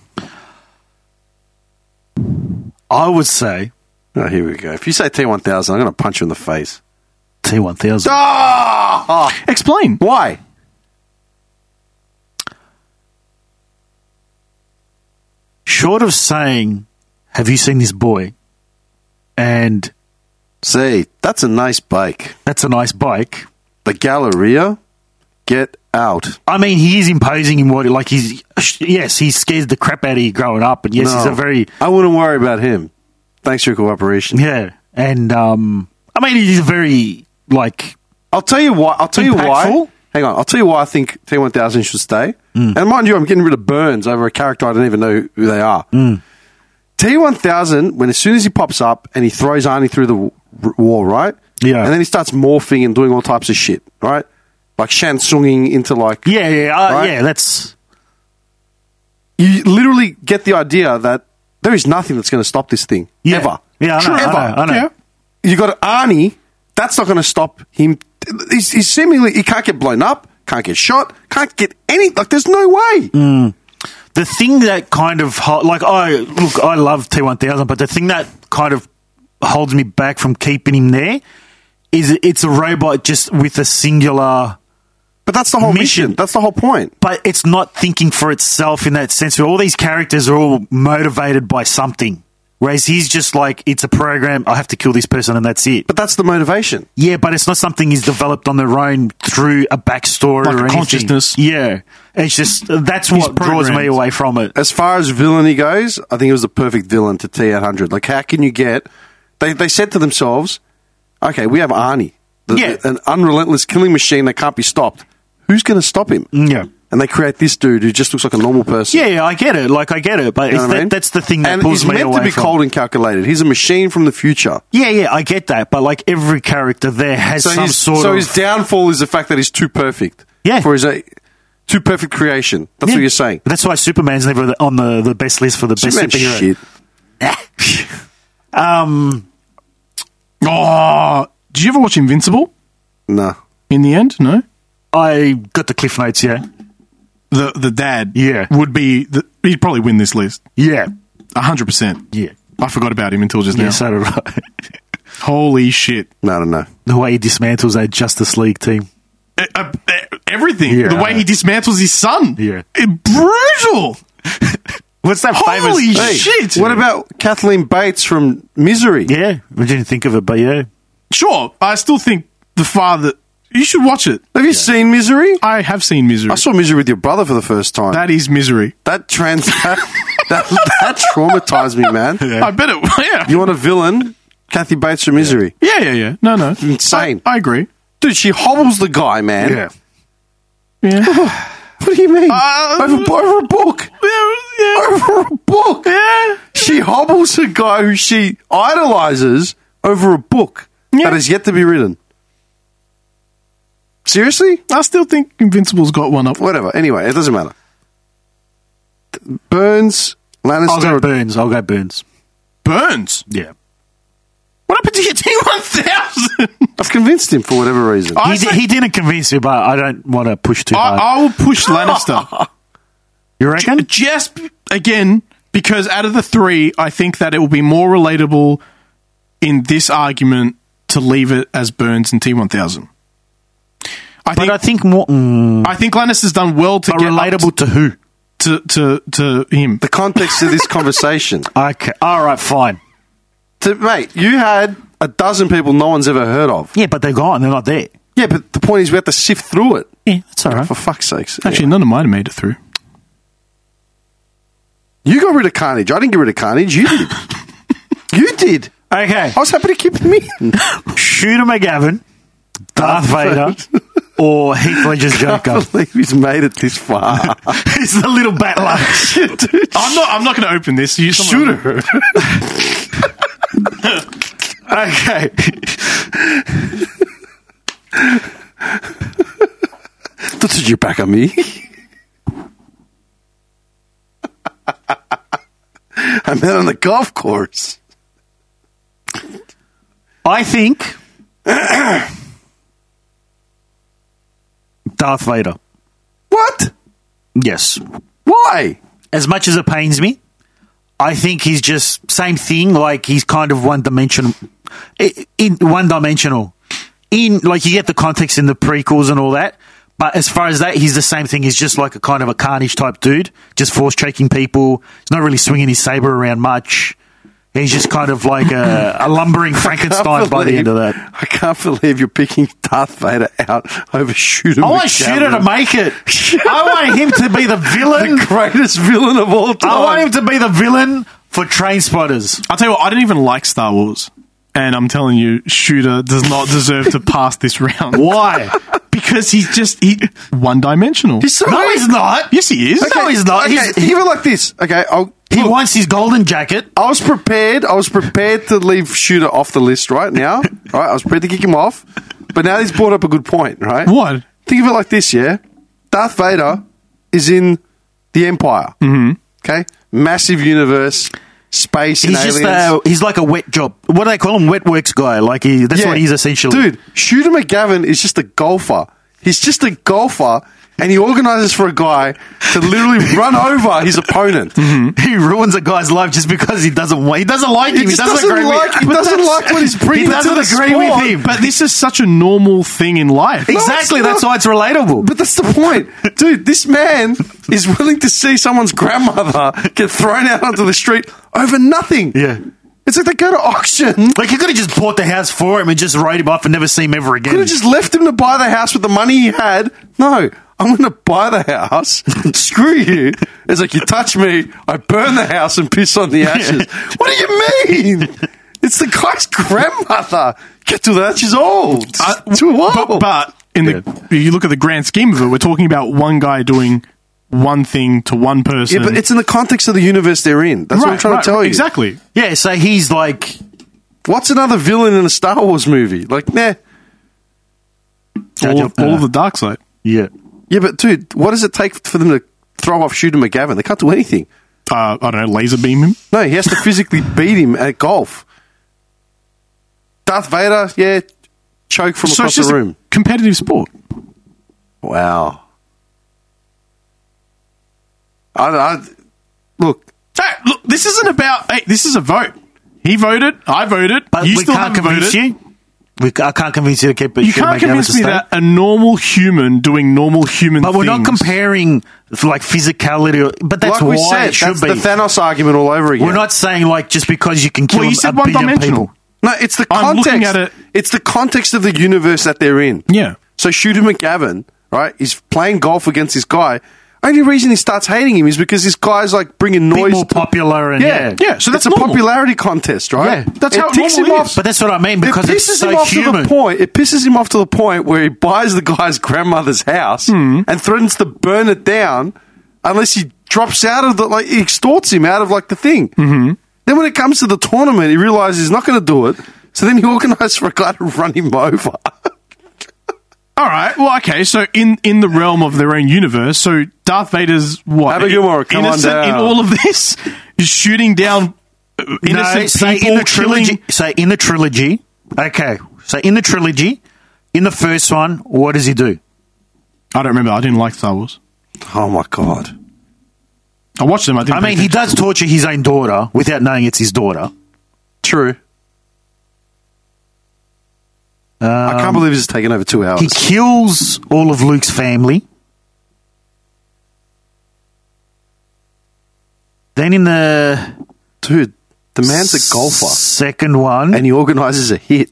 [SPEAKER 3] I would say
[SPEAKER 1] Oh, here we go. If you say T one thousand, I'm going to punch you in the face.
[SPEAKER 3] T1000.
[SPEAKER 2] Explain.
[SPEAKER 1] Why?
[SPEAKER 3] Short of saying, have you seen this boy? And
[SPEAKER 1] See, that's a nice bike.
[SPEAKER 3] that's a nice bike.
[SPEAKER 1] The Galleria, get out.
[SPEAKER 3] I mean, he is imposing in what, like, he's, yes, he scares the crap out of you growing up. And yes, he's
[SPEAKER 1] No.
[SPEAKER 3] a very
[SPEAKER 1] I wouldn't worry about him. Thanks for your cooperation.
[SPEAKER 3] Yeah, and um, I mean, he's very like
[SPEAKER 1] I'll tell you why. I'll tell you why.
[SPEAKER 3] Impactful? Mm.
[SPEAKER 1] Hang on. I'll tell you why I think T1000 should stay. And mind you, I'm getting rid of Burns over a character I don't even know who they are.
[SPEAKER 3] Mm.
[SPEAKER 1] T1000, when as soon as he pops up and he throws Arnie through the w- r- wall, right?
[SPEAKER 3] Yeah.
[SPEAKER 1] And then he starts morphing and doing all types of shit, right? Like Shansunging into like.
[SPEAKER 3] yeah, yeah, uh,
[SPEAKER 1] Right.
[SPEAKER 3] yeah. That's
[SPEAKER 1] You literally get the idea that there is nothing that's going to stop this thing.
[SPEAKER 3] yeah.
[SPEAKER 1] Ever.
[SPEAKER 3] Yeah, I know,
[SPEAKER 1] Ever.
[SPEAKER 3] I know, I know.
[SPEAKER 2] Yeah.
[SPEAKER 1] you got Arnie. That's not going to stop him. He's, he's seemingly he can't get blown up, can't get shot, can't get any. Like there's no way.
[SPEAKER 3] Mm. The thing that kind of ho- like I look, I love T one thousand, but the thing that kind of holds me back from keeping him there is it's a robot just with a singular
[SPEAKER 1] But that's the whole mission.
[SPEAKER 3] Mission.
[SPEAKER 1] That's the whole point.
[SPEAKER 3] but it's not thinking for itself in that sense. Where all these characters are all motivated by something, whereas he's just like it's a program. I have to kill this person and that's it.
[SPEAKER 1] But that's the motivation.
[SPEAKER 3] Yeah, but it's not something he's developed on their own through a backstory
[SPEAKER 2] Like a
[SPEAKER 3] or anything.
[SPEAKER 2] consciousness.
[SPEAKER 3] Yeah, it's just that's what draws me
[SPEAKER 2] programmed.
[SPEAKER 3] away from it.
[SPEAKER 1] As far as villainy goes, I think it was the perfect villain to T800. Like, how can you get. They, they said to themselves, okay, we have Arnie, the,
[SPEAKER 3] Yeah.
[SPEAKER 1] the- an unrelentless killing machine that can't be stopped. Who's going to stop him?
[SPEAKER 3] Yeah.
[SPEAKER 1] And they create this dude who just looks like a normal person.
[SPEAKER 3] Yeah, yeah, I get it. Like I get it,
[SPEAKER 1] You
[SPEAKER 3] but
[SPEAKER 1] know
[SPEAKER 3] it's
[SPEAKER 1] what I
[SPEAKER 3] that,
[SPEAKER 1] mean?
[SPEAKER 3] that's the thing that
[SPEAKER 1] and
[SPEAKER 3] pulls
[SPEAKER 1] he's
[SPEAKER 3] me
[SPEAKER 1] meant
[SPEAKER 3] away
[SPEAKER 1] to be
[SPEAKER 3] from.
[SPEAKER 1] cold and calculated. He's a machine from the future.
[SPEAKER 3] Yeah, yeah, I get that, but like every character there has
[SPEAKER 1] So,
[SPEAKER 3] some
[SPEAKER 1] his,
[SPEAKER 3] sort
[SPEAKER 1] so
[SPEAKER 3] of
[SPEAKER 1] his downfall is the fact that he's too perfect.
[SPEAKER 3] Yeah.
[SPEAKER 1] For his uh, too perfect creation. That's
[SPEAKER 3] Yeah.
[SPEAKER 1] what you're saying.
[SPEAKER 3] That's why Superman's never the- on the, the best list for the best
[SPEAKER 1] Superman's
[SPEAKER 3] superhero.
[SPEAKER 1] shit.
[SPEAKER 3] Um,
[SPEAKER 2] Oh, did you ever watch Invincible?
[SPEAKER 1] Nah.
[SPEAKER 2] In the end, no.
[SPEAKER 3] I got the cliff notes, yeah.
[SPEAKER 2] The the dad,
[SPEAKER 3] Yeah.
[SPEAKER 2] would be. The, he'd probably win this list,
[SPEAKER 3] Yeah.
[SPEAKER 2] hundred percent.
[SPEAKER 3] Yeah.
[SPEAKER 2] I forgot about him until just
[SPEAKER 3] Yeah,
[SPEAKER 2] now.
[SPEAKER 3] so did I.
[SPEAKER 2] Holy shit!
[SPEAKER 1] No, no, no.
[SPEAKER 3] the way he dismantles that Justice League team.
[SPEAKER 2] Uh, uh, uh, everything.
[SPEAKER 3] Yeah.
[SPEAKER 2] The way he dismantles his son.
[SPEAKER 3] Yeah.
[SPEAKER 2] Uh, brutal.
[SPEAKER 3] What's that
[SPEAKER 2] Holy
[SPEAKER 3] famous?
[SPEAKER 2] shit!
[SPEAKER 1] What about Kathleen Bates from Misery?
[SPEAKER 3] Yeah, we didn't think of it, but yeah.
[SPEAKER 2] Sure, I still think the father. You should watch it.
[SPEAKER 1] Have you seen Misery?
[SPEAKER 2] I have seen misery.
[SPEAKER 1] I saw Misery with your brother for the first time. That
[SPEAKER 2] that is misery.
[SPEAKER 1] that trans that, that, traumatized me, man.
[SPEAKER 2] I bet it. Yeah.
[SPEAKER 1] You want a villain? Kathy Bates from Misery.
[SPEAKER 2] yeah, yeah, yeah. No, no.
[SPEAKER 1] Insane.
[SPEAKER 2] I, I agree.
[SPEAKER 1] Dude, she hobbles the guy, man.
[SPEAKER 3] Yeah.
[SPEAKER 2] Yeah.
[SPEAKER 1] What do you mean?
[SPEAKER 2] Uh,
[SPEAKER 1] over, over a book.
[SPEAKER 2] yeah, yeah.
[SPEAKER 1] Over a book.
[SPEAKER 2] Yeah.
[SPEAKER 1] She hobbles a guy who she idolizes over a book
[SPEAKER 2] Yeah.
[SPEAKER 1] that has yet to be written. Seriously?
[SPEAKER 2] I still think Invincible's got one up.
[SPEAKER 1] Whatever. Anyway, it doesn't matter. Burns,
[SPEAKER 3] I'll
[SPEAKER 1] Lannister,
[SPEAKER 3] go Burns. I'll go Burns.
[SPEAKER 2] Burns.
[SPEAKER 3] Yeah.
[SPEAKER 2] What happened to your T one thousand?
[SPEAKER 1] I've convinced him for whatever reason.
[SPEAKER 2] I
[SPEAKER 3] He, di-
[SPEAKER 2] say-
[SPEAKER 3] he didn't convince me, but I don't want to push too
[SPEAKER 2] I,
[SPEAKER 3] hard.
[SPEAKER 2] I will push Lannister
[SPEAKER 3] you reckon?
[SPEAKER 2] just again because out of the three, I think that it will be more relatable in this argument to leave it as Burns and T one thousand. I
[SPEAKER 3] but
[SPEAKER 2] think
[SPEAKER 3] I think more. Mm,
[SPEAKER 2] I think Lannister's done well to
[SPEAKER 3] but
[SPEAKER 2] get
[SPEAKER 3] relatable
[SPEAKER 2] up
[SPEAKER 3] to who?
[SPEAKER 2] to, to to to him.
[SPEAKER 1] the context of this conversation.
[SPEAKER 3] Okay. All right, fine.
[SPEAKER 1] To- mate, you had a dozen people no one's ever heard of.
[SPEAKER 3] Yeah, but they're gone. They're not there.
[SPEAKER 1] Yeah, but the point is we have to sift through it.
[SPEAKER 3] Yeah, that's all right.
[SPEAKER 1] For fuck's sakes.
[SPEAKER 2] Actually, none of mine have made it through.
[SPEAKER 1] You got rid of Carnage. I didn't get rid of Carnage. You did. you did.
[SPEAKER 3] Okay.
[SPEAKER 1] I was happy to keep him in.
[SPEAKER 3] Shooter McGavin, Darth Vader, or Heath Ledger's Joker.
[SPEAKER 1] can't believe he's made it this far.
[SPEAKER 3] He's the little battler.
[SPEAKER 2] I'm not. I'm not going to open this. You shooter.
[SPEAKER 3] okay.
[SPEAKER 1] That's what you back on me. I met on the golf course.
[SPEAKER 3] I think Darth Vader.
[SPEAKER 1] What?
[SPEAKER 3] Yes.
[SPEAKER 1] Why?
[SPEAKER 3] As much as it pains me, I think he's just same thing. Like he's kind of one dimensional, i- in one dimensional. In like you get the context in the prequels and all that, but as far as that, he's the same thing. He's just like a kind of a carnage type dude, just force choking people. He's not really swinging his saber around much. He's just kind of like a, a lumbering Frankenstein by the end of that.
[SPEAKER 1] I can't believe you're picking Darth Vader out over Shooter.
[SPEAKER 3] I want Shooter to make it. I want him to be the villain.
[SPEAKER 1] the greatest villain of all time.
[SPEAKER 3] I want him to be the villain for Train Spotters.
[SPEAKER 2] I'll tell you what. I didn't even like Star Wars, and I'm telling you, shooter does not deserve to pass this round.
[SPEAKER 3] Why?
[SPEAKER 2] Because he's just he one dimensional.
[SPEAKER 1] so
[SPEAKER 3] no,
[SPEAKER 1] weird.
[SPEAKER 3] he's not.
[SPEAKER 2] Yes, he is.
[SPEAKER 3] No, he's not.
[SPEAKER 1] Okay,
[SPEAKER 3] He's-
[SPEAKER 1] think of it like this. Okay, I'll,
[SPEAKER 3] He wants his golden jacket.
[SPEAKER 1] I was prepared. I was prepared to leave Shooter off the list right now. Right, I was prepared to kick him off, but now he's brought up a good point. Right?
[SPEAKER 2] What?
[SPEAKER 1] Think of it like this. Yeah, Darth Vader is in the Empire. Mm-hmm. Okay, massive universe, space, and
[SPEAKER 3] He's just
[SPEAKER 1] aliens.
[SPEAKER 3] uh, he's like a wet job. What do they call him? Wet works guy. Like he, that's
[SPEAKER 1] Yeah.
[SPEAKER 3] what he's essentially.
[SPEAKER 1] Dude, Shooter McGavin is just a golfer. He's just a golfer and he organizes for a guy to literally run over his opponent.
[SPEAKER 3] Mm-hmm.
[SPEAKER 6] He ruins a guy's life just because he doesn't want. He doesn't like him.
[SPEAKER 1] He just doesn't,
[SPEAKER 6] agree with-
[SPEAKER 1] like. He
[SPEAKER 6] But
[SPEAKER 1] doesn't
[SPEAKER 6] that's-
[SPEAKER 1] like what he's bringing
[SPEAKER 6] He doesn't
[SPEAKER 1] to the
[SPEAKER 6] agree with
[SPEAKER 1] sport.
[SPEAKER 6] him.
[SPEAKER 2] But this is such a normal thing in life.
[SPEAKER 1] No,
[SPEAKER 6] Exactly.
[SPEAKER 1] it's
[SPEAKER 6] That's
[SPEAKER 1] not.
[SPEAKER 6] why it's relatable.
[SPEAKER 1] But that's the point, dude. This man is willing to see someone's grandmother get thrown out onto the street over nothing.
[SPEAKER 3] Yeah.
[SPEAKER 1] it's like they go to auction.
[SPEAKER 3] Like, you could have just bought the house for him and just wrote him off and never see him ever
[SPEAKER 1] Could
[SPEAKER 3] again.
[SPEAKER 1] have just left him to buy the house with the money he had. No, I'm going to buy the house. Screw you. It's like you touch me, I burn the house and piss on the ashes. What do you mean? It's the guy's grandmother. Get to that. She's old. too old.
[SPEAKER 2] But, but in the you look at the grand scheme of it, we're talking about one guy doing one thing to one person.
[SPEAKER 1] yeah, but it's in the context of the universe they're in. That's what I'm
[SPEAKER 2] Right,
[SPEAKER 1] trying
[SPEAKER 2] right,
[SPEAKER 1] to tell you.
[SPEAKER 2] Exactly.
[SPEAKER 3] Yeah, so he's like,
[SPEAKER 1] What's another villain in a Star Wars movie? Like, nah.
[SPEAKER 2] All, of- all of the dark side.
[SPEAKER 3] yeah.
[SPEAKER 1] Yeah, but dude, what does it take for them to throw off Shooter McGavin? They can't do anything.
[SPEAKER 2] Uh, I don't know, laser beam him.
[SPEAKER 1] No, he has to physically beat him at golf. Darth Vader, yeah, choke from across the room.
[SPEAKER 2] a competitive sport.
[SPEAKER 1] wow. I, I look.
[SPEAKER 2] Hey, look, this isn't about. Hey, this is a vote. He voted. I voted.
[SPEAKER 3] But
[SPEAKER 2] you
[SPEAKER 3] we
[SPEAKER 2] still
[SPEAKER 3] can't
[SPEAKER 2] haven't
[SPEAKER 3] convince
[SPEAKER 2] voted.
[SPEAKER 3] you. We, ca- I can't convince you to keep it.
[SPEAKER 2] You can't convince me that a normal human doing normal human
[SPEAKER 3] But we're not
[SPEAKER 2] things-
[SPEAKER 3] comparing like physicality. Or, but that's
[SPEAKER 1] like we
[SPEAKER 3] why
[SPEAKER 1] said,
[SPEAKER 3] it should
[SPEAKER 1] that's
[SPEAKER 3] be.
[SPEAKER 1] the Thanos argument all over again.
[SPEAKER 3] We're not saying like just because you can kill
[SPEAKER 2] Well, you
[SPEAKER 3] a
[SPEAKER 2] said one
[SPEAKER 3] billion
[SPEAKER 2] dimensional.
[SPEAKER 3] people.
[SPEAKER 1] No, it's the
[SPEAKER 2] I'm
[SPEAKER 1] context.
[SPEAKER 2] looking at it-
[SPEAKER 1] It's the context of the universe that they're in.
[SPEAKER 2] Yeah.
[SPEAKER 1] So Shooter McGavin, right, is playing golf against this guy. Only reason he starts hating him is because this guy's like bringing
[SPEAKER 3] Be
[SPEAKER 1] noise.
[SPEAKER 3] more
[SPEAKER 1] to-
[SPEAKER 3] popular and yeah.
[SPEAKER 1] yeah, yeah. So that's
[SPEAKER 2] It's
[SPEAKER 1] a
[SPEAKER 2] normal.
[SPEAKER 1] popularity contest, right?
[SPEAKER 2] Yeah. That's how it
[SPEAKER 1] ticks
[SPEAKER 2] normally
[SPEAKER 1] him
[SPEAKER 2] is.
[SPEAKER 1] off.
[SPEAKER 3] But that's what I mean because
[SPEAKER 1] it pisses
[SPEAKER 3] it's so
[SPEAKER 1] him off to
[SPEAKER 3] human.
[SPEAKER 1] the point. It pisses him off to the point where he buys the guy's grandmother's house
[SPEAKER 3] Hmm.
[SPEAKER 1] and threatens to burn it down unless he drops out of the like he extorts him out of like the thing. Mm-hmm. Then when it comes to the tournament, he realizes he's not going to do it. So then he organises for a guy to run him over.
[SPEAKER 2] All right. Well, okay. So in in the realm of their own universe, so Darth Vader's what?
[SPEAKER 1] Have a good one, come on
[SPEAKER 2] innocent
[SPEAKER 1] down.
[SPEAKER 2] in all of this, He's shooting down uh,
[SPEAKER 3] No,
[SPEAKER 2] innocent
[SPEAKER 3] so
[SPEAKER 2] people,
[SPEAKER 3] in the
[SPEAKER 2] killing.
[SPEAKER 3] trilogy. So in the trilogy, okay. So in the trilogy, in the first one, what does he do?
[SPEAKER 2] I don't remember. I didn't like Star Wars.
[SPEAKER 1] oh my god!
[SPEAKER 2] I watched them. I didn't.
[SPEAKER 3] I
[SPEAKER 2] pay
[SPEAKER 3] mean, he does
[SPEAKER 2] attention.
[SPEAKER 3] torture his own daughter without knowing it's his daughter.
[SPEAKER 1] True. I can't believe it's taken over two hours.
[SPEAKER 3] Um, He kills all of Luke's family. Then in the
[SPEAKER 1] Dude, the man's a golfer
[SPEAKER 3] second one,
[SPEAKER 1] and he organises a hit.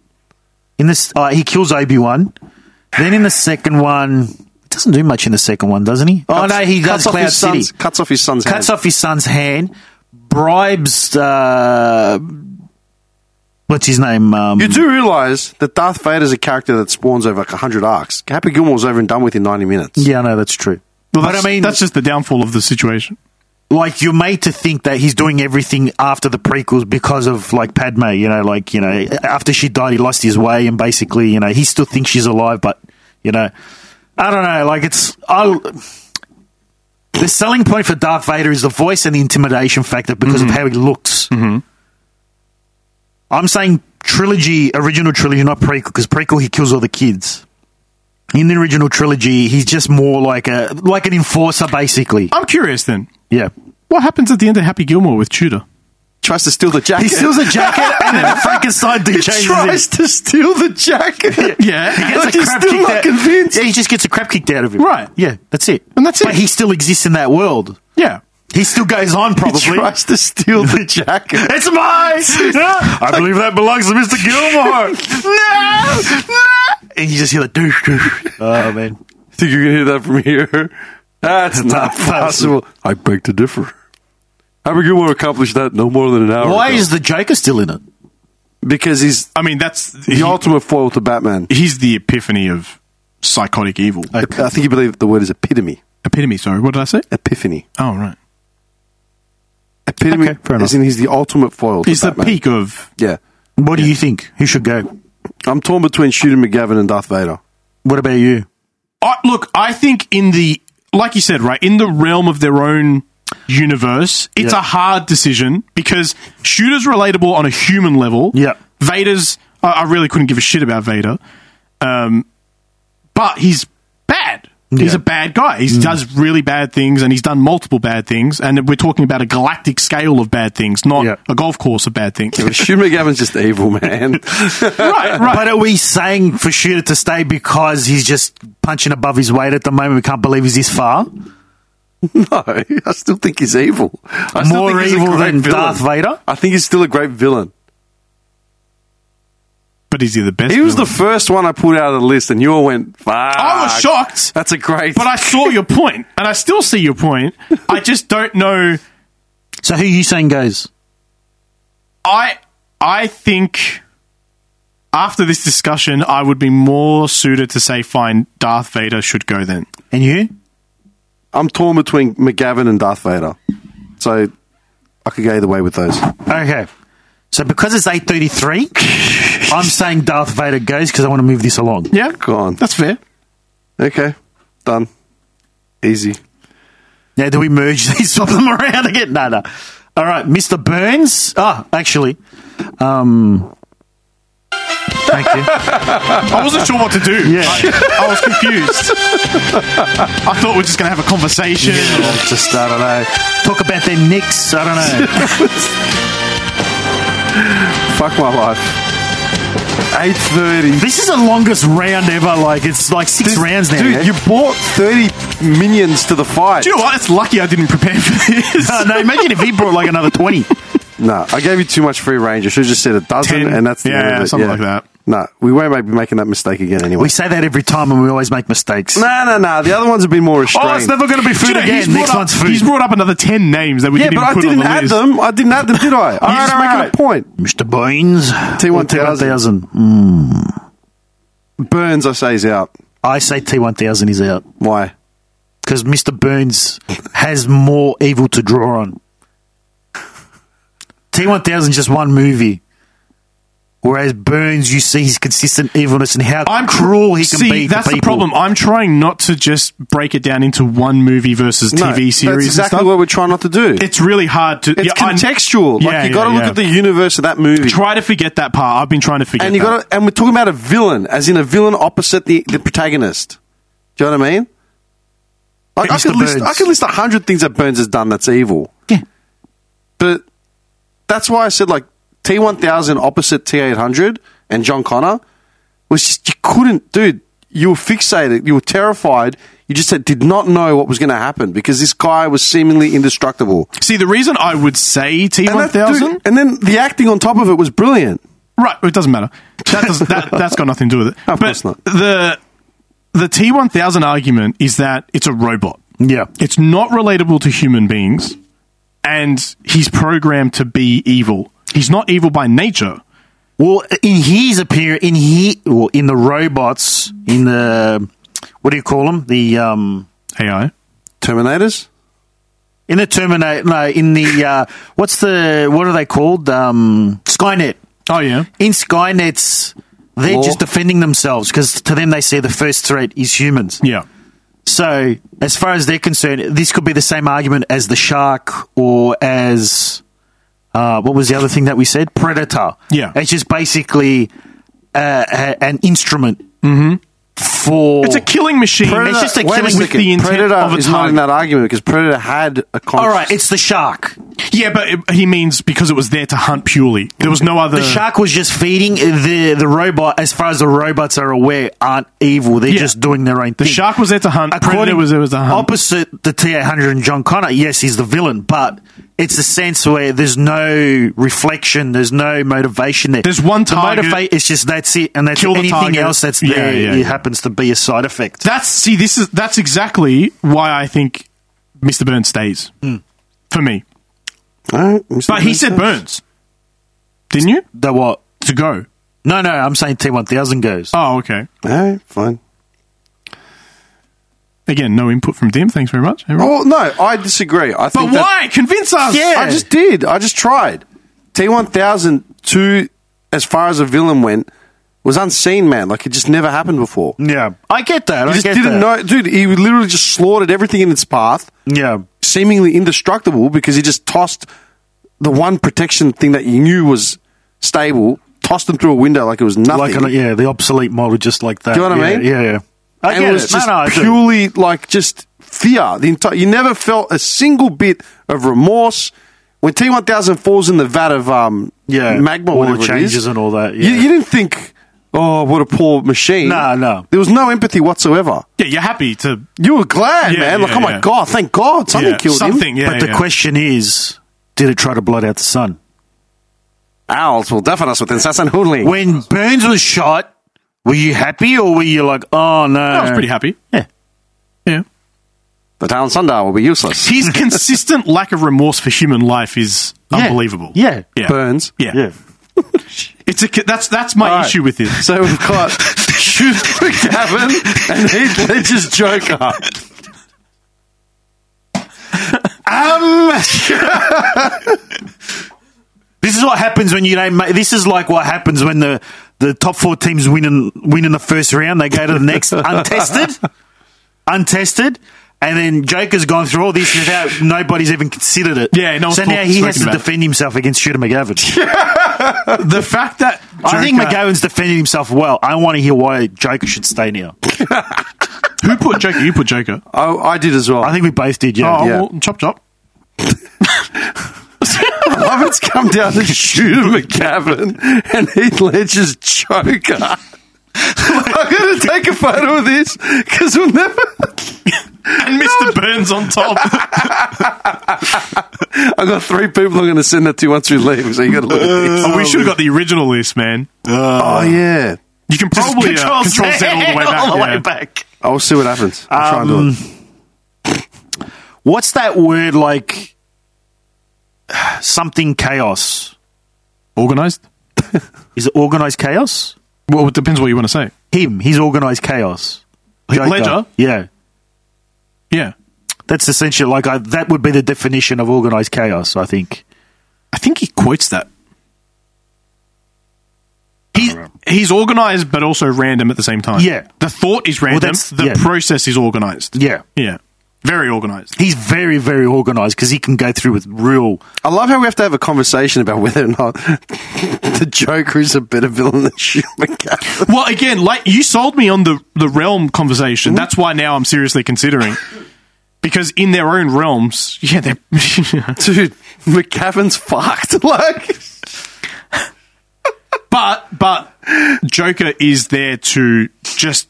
[SPEAKER 3] in this uh, he kills Obi Wan. Then in the second one, he doesn't do much in the second one, doesn't he? oh no, he does
[SPEAKER 1] cuts off
[SPEAKER 3] Cloud
[SPEAKER 1] his
[SPEAKER 3] City.
[SPEAKER 1] son's- Cuts off his son's
[SPEAKER 3] cuts
[SPEAKER 1] hand.
[SPEAKER 3] off his son's hand, bribes. Uh, what's his name? Um,
[SPEAKER 1] You do realize that Darth Vader's a character that spawns over like 100 arcs. Happy Gilmore's over and done with in 90 minutes.
[SPEAKER 3] yeah, no, that's true.
[SPEAKER 2] Well,
[SPEAKER 3] but I
[SPEAKER 2] that's-
[SPEAKER 3] mean,
[SPEAKER 2] that's just the downfall of the situation.
[SPEAKER 3] like you're made to think that he's doing everything after the prequels because of like Padme. You know, like you know, after she died, he lost his way, and basically, you know, he still thinks she's alive, but you know, I don't know. Like it's I. The selling point for Darth Vader is the voice and the intimidation factor because of how he looks. I'm saying trilogy, original trilogy, not prequel, because prequel he kills all the kids. In the original trilogy, he's just more like a like an enforcer, basically.
[SPEAKER 2] I'm curious then.
[SPEAKER 3] Yeah.
[SPEAKER 2] What happens at the end of Happy Gilmore with Tudor?
[SPEAKER 1] Tries to steal the jacket.
[SPEAKER 3] He steals a jacket and then Frankenstein DJs
[SPEAKER 1] Tries
[SPEAKER 3] him.
[SPEAKER 1] to steal the jacket.
[SPEAKER 2] Yeah.
[SPEAKER 3] He gets
[SPEAKER 1] Like,
[SPEAKER 3] a
[SPEAKER 1] he's
[SPEAKER 3] crap
[SPEAKER 1] still
[SPEAKER 3] kicked
[SPEAKER 1] not
[SPEAKER 3] out-
[SPEAKER 1] convinced.
[SPEAKER 3] Yeah, he just gets a crap kicked out of him.
[SPEAKER 2] Right.
[SPEAKER 3] Yeah, that's it.
[SPEAKER 2] And that's
[SPEAKER 3] But
[SPEAKER 2] it.
[SPEAKER 3] he still exists in that world.
[SPEAKER 2] Yeah.
[SPEAKER 3] He still goes on, probably.
[SPEAKER 1] Tries to steal the jacket.
[SPEAKER 3] It's mine! I believe that belongs to Mr. Gilmore. no! No! And you just hear the doosh doosh. Oh, man.
[SPEAKER 1] Think you can hear that from here? That's not
[SPEAKER 3] possible.
[SPEAKER 1] possible. I beg to differ. Happy Gilmore accomplished that no more than an hour
[SPEAKER 3] Why
[SPEAKER 1] ago.
[SPEAKER 3] is the Joker still in it?
[SPEAKER 1] because he's
[SPEAKER 2] I mean, that's
[SPEAKER 1] the
[SPEAKER 2] he-
[SPEAKER 1] ultimate foil to Batman.
[SPEAKER 2] he's the epiphany of psychotic evil.
[SPEAKER 1] I think you believe the word is epitome.
[SPEAKER 2] Epitome. Sorry, what did I say?
[SPEAKER 1] Epiphany.
[SPEAKER 2] Oh, right.
[SPEAKER 1] Epitome
[SPEAKER 3] Okay, fair
[SPEAKER 1] as
[SPEAKER 3] enough.
[SPEAKER 1] in he's the ultimate foil to
[SPEAKER 2] He's the
[SPEAKER 1] Batman.
[SPEAKER 2] peak of
[SPEAKER 1] Yeah.
[SPEAKER 3] What do you think? Who should go?
[SPEAKER 1] I'm torn between Shooter McGavin and Darth Vader.
[SPEAKER 3] What about you?
[SPEAKER 2] I, look, I think in the like you said, right, in the realm of their own universe, it's
[SPEAKER 3] Yeah.
[SPEAKER 2] a hard decision because Shooter's relatable on a human level.
[SPEAKER 3] Yeah.
[SPEAKER 2] Vader's. I, I really couldn't give a shit about Vader, um, but he's bad. He's a bad guy. He does really bad things, and he's done multiple bad things. And we're talking about a galactic scale of bad things, not
[SPEAKER 7] Yeah.
[SPEAKER 2] a golf course of bad things.
[SPEAKER 1] Hugh McGavin's just evil, man.
[SPEAKER 2] right, right.
[SPEAKER 3] But are we saying for Shooter to stay because he's just punching above his weight at the moment? We can't believe he's this far.
[SPEAKER 1] No, I still think he's evil. I still
[SPEAKER 3] More
[SPEAKER 1] think he's a
[SPEAKER 3] evil
[SPEAKER 1] great
[SPEAKER 3] than
[SPEAKER 1] villain.
[SPEAKER 3] Darth Vader?
[SPEAKER 1] I think he's still a great villain.
[SPEAKER 2] But is he the best?
[SPEAKER 1] He was the
[SPEAKER 2] villain?
[SPEAKER 1] first one I pulled out of the list, and you all went, fuck.
[SPEAKER 2] I was shocked,
[SPEAKER 1] That's a great.
[SPEAKER 2] but I saw your point, and I still see your point. I just don't know.
[SPEAKER 3] So who are you saying goes?
[SPEAKER 2] I I think after this discussion, I would be more suited to say, fine, Darth Vader should go then.
[SPEAKER 3] And you?
[SPEAKER 1] I'm torn between McGavin and Darth Vader. So I could go either way with those.
[SPEAKER 3] Okay. So because it's 8.33, I'm saying Darth Vader goes because I want to move this along.
[SPEAKER 2] Yeah,
[SPEAKER 1] Go on.
[SPEAKER 2] that's fair.
[SPEAKER 1] Okay. Done. Easy.
[SPEAKER 3] Now, do we merge these, swap them around again? No, no. All right, Mr. Burns. Oh, actually. Um, thank you.
[SPEAKER 2] I wasn't sure what to do.
[SPEAKER 3] Yeah.
[SPEAKER 2] I, I was confused. I thought we are just going to have a conversation.
[SPEAKER 1] Just, I don't know.
[SPEAKER 3] Talk about their nicks. I don't know.
[SPEAKER 1] Fuck my life. 8.30.
[SPEAKER 3] this is the longest round ever. Like, it's like six rounds now.
[SPEAKER 1] Dude, you bought 30 minions to the fight.
[SPEAKER 2] Do you know what? It's lucky I didn't prepare for this.
[SPEAKER 3] Uh, no, no, imagine if he brought like another 20.
[SPEAKER 1] Nah, I gave you too much free range. I should have just said a dozen,
[SPEAKER 2] Ten.
[SPEAKER 1] and that's the end
[SPEAKER 2] Yeah,
[SPEAKER 1] of it.
[SPEAKER 2] something like that.
[SPEAKER 1] Nah, we won't make- be making that mistake again anyway.
[SPEAKER 3] We say that every time and we always make mistakes.
[SPEAKER 1] No, no, no. The other ones have been more restrained.
[SPEAKER 3] Oh, it's never going to be
[SPEAKER 2] Do you
[SPEAKER 3] food
[SPEAKER 2] know, he's
[SPEAKER 3] again.
[SPEAKER 2] brought
[SPEAKER 3] Next
[SPEAKER 2] up-
[SPEAKER 3] one's food.
[SPEAKER 2] He's brought up another 10 names that we
[SPEAKER 1] yeah, but
[SPEAKER 2] didn't even
[SPEAKER 1] I
[SPEAKER 2] put
[SPEAKER 1] didn't
[SPEAKER 2] on the
[SPEAKER 1] add
[SPEAKER 2] list.
[SPEAKER 1] them. I didn't add them, did I? all right,
[SPEAKER 2] just
[SPEAKER 1] all
[SPEAKER 2] make
[SPEAKER 1] right.
[SPEAKER 2] it-
[SPEAKER 1] Point.
[SPEAKER 3] Mr. Burns.
[SPEAKER 1] T1000. Burns, I say, is out.
[SPEAKER 3] I say T1000 is out.
[SPEAKER 1] Why?
[SPEAKER 3] because Mr. Burns has more evil to draw on. T1000 is just one movie. Whereas Burns, you see his consistent evilness and how cruel he can
[SPEAKER 2] see,
[SPEAKER 3] be. to
[SPEAKER 2] That's the
[SPEAKER 3] people.
[SPEAKER 2] problem. I'm trying not to just break it down into one movie versus
[SPEAKER 1] No,
[SPEAKER 2] TV
[SPEAKER 1] That's
[SPEAKER 2] series
[SPEAKER 1] exactly
[SPEAKER 2] and stuff.
[SPEAKER 1] what we're trying not to do. It's
[SPEAKER 2] it's really hard to. yeah, I'm-
[SPEAKER 1] contextual.
[SPEAKER 2] Yeah,
[SPEAKER 1] like you
[SPEAKER 2] yeah,
[SPEAKER 1] got to look
[SPEAKER 2] yeah.
[SPEAKER 1] at the universe of that movie.
[SPEAKER 2] Try to forget that part. I've been trying to forget.
[SPEAKER 1] and you
[SPEAKER 2] that.
[SPEAKER 1] got to, and we're talking about a villain, as in a villain opposite the, the protagonist. Do you know what I mean? Like, I
[SPEAKER 3] Mr.
[SPEAKER 1] could list
[SPEAKER 3] Burns.
[SPEAKER 1] I could list a hundred things that Burns has done that's evil.
[SPEAKER 3] Yeah.
[SPEAKER 2] Hmm.
[SPEAKER 1] But that's why I said like T one thousand opposite T eight hundred and John Connor was just you couldn't, dude. You were fixated. You were terrified. You just said, did not know what was going to happen because this guy was seemingly indestructible.
[SPEAKER 2] See, the reason I would say
[SPEAKER 1] And, that- dude,
[SPEAKER 2] T1000,
[SPEAKER 1] and then the acting on top of it was brilliant.
[SPEAKER 2] right? It doesn't matter. That does, that, that's got nothing to do with it.
[SPEAKER 1] Of
[SPEAKER 2] but
[SPEAKER 1] course not.
[SPEAKER 2] The the T1000 argument is that it's a robot.
[SPEAKER 3] Yeah.
[SPEAKER 2] It's not relatable to human beings, and he's programmed to be evil. He's not evil by nature.
[SPEAKER 3] Well, in his appearance, in he, well, in the robots, in the what do you call them? The um,
[SPEAKER 2] AI.
[SPEAKER 1] Terminators.
[SPEAKER 3] in the Terminator, no, in the uh, what's the what are they called? Um, Skynet.
[SPEAKER 2] Oh yeah.
[SPEAKER 3] in Skynet's, they're
[SPEAKER 1] Law.
[SPEAKER 3] just defending themselves because to them they see the first threat is humans.
[SPEAKER 2] Yeah.
[SPEAKER 3] So, as far as they're concerned, this could be the same argument as the shark or as uh, what was the other thing that we said? Predator.
[SPEAKER 2] Yeah.
[SPEAKER 3] it's just basically uh, a, an instrument for.
[SPEAKER 2] Mm-hmm. It's a killing machine.
[SPEAKER 3] Predator-
[SPEAKER 2] it's just a
[SPEAKER 3] wait a
[SPEAKER 2] killing with
[SPEAKER 3] second.
[SPEAKER 2] the intent
[SPEAKER 1] Predator
[SPEAKER 2] of a
[SPEAKER 1] is not in
[SPEAKER 2] target.
[SPEAKER 1] that argument because Predator had a conscious.
[SPEAKER 3] All right, it's the shark.
[SPEAKER 2] Yeah, but it, he means because it was there to hunt purely. There was no other.
[SPEAKER 3] The shark was just feeding the the robot. As far as the robots are aware, aren't evil. They're
[SPEAKER 2] Yeah.
[SPEAKER 3] just doing their own
[SPEAKER 2] The
[SPEAKER 3] thing.
[SPEAKER 2] shark was there to hunt. Predator
[SPEAKER 3] According-
[SPEAKER 2] was there was to hunt.
[SPEAKER 3] Opposite the T eight hundred and John Connor, yes, he's the villain, but it's a sense where there's no reflection, there's no motivation there.
[SPEAKER 2] There's one target.
[SPEAKER 3] The motivate it's just that's it, and that's
[SPEAKER 2] Kill the
[SPEAKER 3] anything
[SPEAKER 2] target.
[SPEAKER 3] else that's
[SPEAKER 2] Yeah,
[SPEAKER 3] there.
[SPEAKER 2] yeah,
[SPEAKER 3] it
[SPEAKER 2] yeah.
[SPEAKER 3] happens to be a side effect.
[SPEAKER 2] That's see, this is that's exactly why I think Mr. Burns stays for me.
[SPEAKER 1] All right, Mr.
[SPEAKER 2] But he said Burns, didn't you?
[SPEAKER 3] The what?
[SPEAKER 2] To go.
[SPEAKER 3] No, no, I'm saying T one thousand goes.
[SPEAKER 1] Um,
[SPEAKER 2] Oh, okay.
[SPEAKER 1] All right, fine.
[SPEAKER 2] Again, no input from Dim. Thanks very much. everyone.
[SPEAKER 1] Oh no, I disagree. I
[SPEAKER 2] but
[SPEAKER 1] think that-
[SPEAKER 2] why? Convince us.
[SPEAKER 3] Yeah.
[SPEAKER 1] I just did. I just tried. T one thousand two, as far as a villain went, was unseen, man. Like it just never happened before. You
[SPEAKER 3] Yeah, I get that. I
[SPEAKER 1] just
[SPEAKER 3] get
[SPEAKER 1] didn't
[SPEAKER 3] that.
[SPEAKER 1] know, dude. He literally just slaughtered everything in its path,
[SPEAKER 3] Yeah,
[SPEAKER 1] seemingly indestructible because he just tossed the one protection thing that you knew was stable, tossed them through a window like it was nothing.
[SPEAKER 3] like yeah, the obsolete model, just like that.
[SPEAKER 1] Do you know what I
[SPEAKER 3] Yeah,
[SPEAKER 1] mean?
[SPEAKER 3] Yeah, yeah. I
[SPEAKER 1] and
[SPEAKER 3] get
[SPEAKER 1] it was
[SPEAKER 3] it. No,
[SPEAKER 1] just
[SPEAKER 3] no, I do.
[SPEAKER 1] purely like just fear. The entire you never felt a single bit of remorse when T one thousand falls in the vat of um
[SPEAKER 3] Yeah,
[SPEAKER 1] magma,
[SPEAKER 3] all the
[SPEAKER 1] whatever it
[SPEAKER 3] changes
[SPEAKER 1] is,
[SPEAKER 3] and all that,
[SPEAKER 1] You,
[SPEAKER 3] yeah.
[SPEAKER 1] you didn't think, oh, what a poor machine.
[SPEAKER 3] No, no.
[SPEAKER 1] There was no empathy whatsoever.
[SPEAKER 2] Yeah, you're happy to.
[SPEAKER 1] You were glad,
[SPEAKER 2] Yeah,
[SPEAKER 1] man. Like,
[SPEAKER 2] yeah,
[SPEAKER 1] oh my
[SPEAKER 2] yeah.
[SPEAKER 1] god, thank God, something
[SPEAKER 2] yeah,
[SPEAKER 1] killed
[SPEAKER 2] something,
[SPEAKER 1] him.
[SPEAKER 2] yeah.
[SPEAKER 3] but the
[SPEAKER 2] yeah.
[SPEAKER 3] question is, did it try to blot out the sun?
[SPEAKER 1] Owls will deafen us with incessant hooting.
[SPEAKER 3] When Burns was shot, were you happy or were you like, oh no?
[SPEAKER 2] I was pretty happy.
[SPEAKER 3] Yeah.
[SPEAKER 2] Yeah.
[SPEAKER 1] The town sundial will be useless.
[SPEAKER 2] His consistent lack of remorse for human life is
[SPEAKER 3] Yeah.
[SPEAKER 2] unbelievable.
[SPEAKER 3] Yeah.
[SPEAKER 2] Yeah.
[SPEAKER 1] Burns.
[SPEAKER 2] yeah.
[SPEAKER 3] Yeah.
[SPEAKER 2] It's a ca- that's that's my
[SPEAKER 1] Alright.
[SPEAKER 2] issue with this.
[SPEAKER 1] So we've got Shoot McGavin and Heath Ledger's Joker.
[SPEAKER 3] This is what happens when you don't. Make, this is like what happens when the, the top four teams win in, win in the first round. They go to the next untested, untested, and then Joker's gone through all this without nobody's even considered it.
[SPEAKER 2] Yeah, no one's
[SPEAKER 3] so
[SPEAKER 2] talk-
[SPEAKER 3] now he has
[SPEAKER 2] spoken
[SPEAKER 3] to
[SPEAKER 2] about it.
[SPEAKER 3] defend himself against Shooter McGavin.
[SPEAKER 2] The fact that
[SPEAKER 3] I think
[SPEAKER 2] Joker-
[SPEAKER 3] McGavin's defending himself well. I want to hear why Joker should stay now.
[SPEAKER 2] who put Joker, you put Joker.
[SPEAKER 1] Oh, I did as well.
[SPEAKER 3] I think we both did. Yeah,
[SPEAKER 2] Oh,
[SPEAKER 1] Yeah.
[SPEAKER 2] well, chop chop.
[SPEAKER 1] I love it's come down to Shoot McGavin and Heath Ledger's Joker. I'm going to take a photo of this because we'll never.
[SPEAKER 2] And Mr. Burns on top.
[SPEAKER 1] I've got three people I'm going to send that to once we leave, so you got to look at this.
[SPEAKER 2] oh, we should have got the original list, man.
[SPEAKER 1] Oh, yeah.
[SPEAKER 2] You can probably uh, control, Z, all the way back.
[SPEAKER 3] all the
[SPEAKER 2] yeah.
[SPEAKER 3] way back.
[SPEAKER 1] I'll see what happens. I'll try and do it.
[SPEAKER 3] What's that word like? Something chaos.
[SPEAKER 2] Organized?
[SPEAKER 3] Is it organized chaos?
[SPEAKER 2] Well, it depends what you want to say.
[SPEAKER 3] Him. He's organised chaos. Joker.
[SPEAKER 2] Ledger?
[SPEAKER 3] Yeah.
[SPEAKER 2] Yeah.
[SPEAKER 3] That's essentially like I, that would be the definition of organised chaos. I think
[SPEAKER 2] I think he quotes that. He's, he's organized, but also random at the same time.
[SPEAKER 3] Yeah.
[SPEAKER 2] The thought is random.
[SPEAKER 3] that's-
[SPEAKER 2] the
[SPEAKER 3] yeah.
[SPEAKER 2] process is organized.
[SPEAKER 3] Yeah.
[SPEAKER 2] Yeah. Very organized.
[SPEAKER 3] he's very very organised because he can go through with real.
[SPEAKER 1] I love how we have to have a conversation about whether or not the Joker is a better villain than Shoot McGavin.
[SPEAKER 2] Well, again, like you sold me on the, the realm conversation. That's why now I'm seriously considering. Because in their own realms, yeah, they're.
[SPEAKER 1] dude, McGavin's fucked. Like,
[SPEAKER 2] but, but Joker is there to just,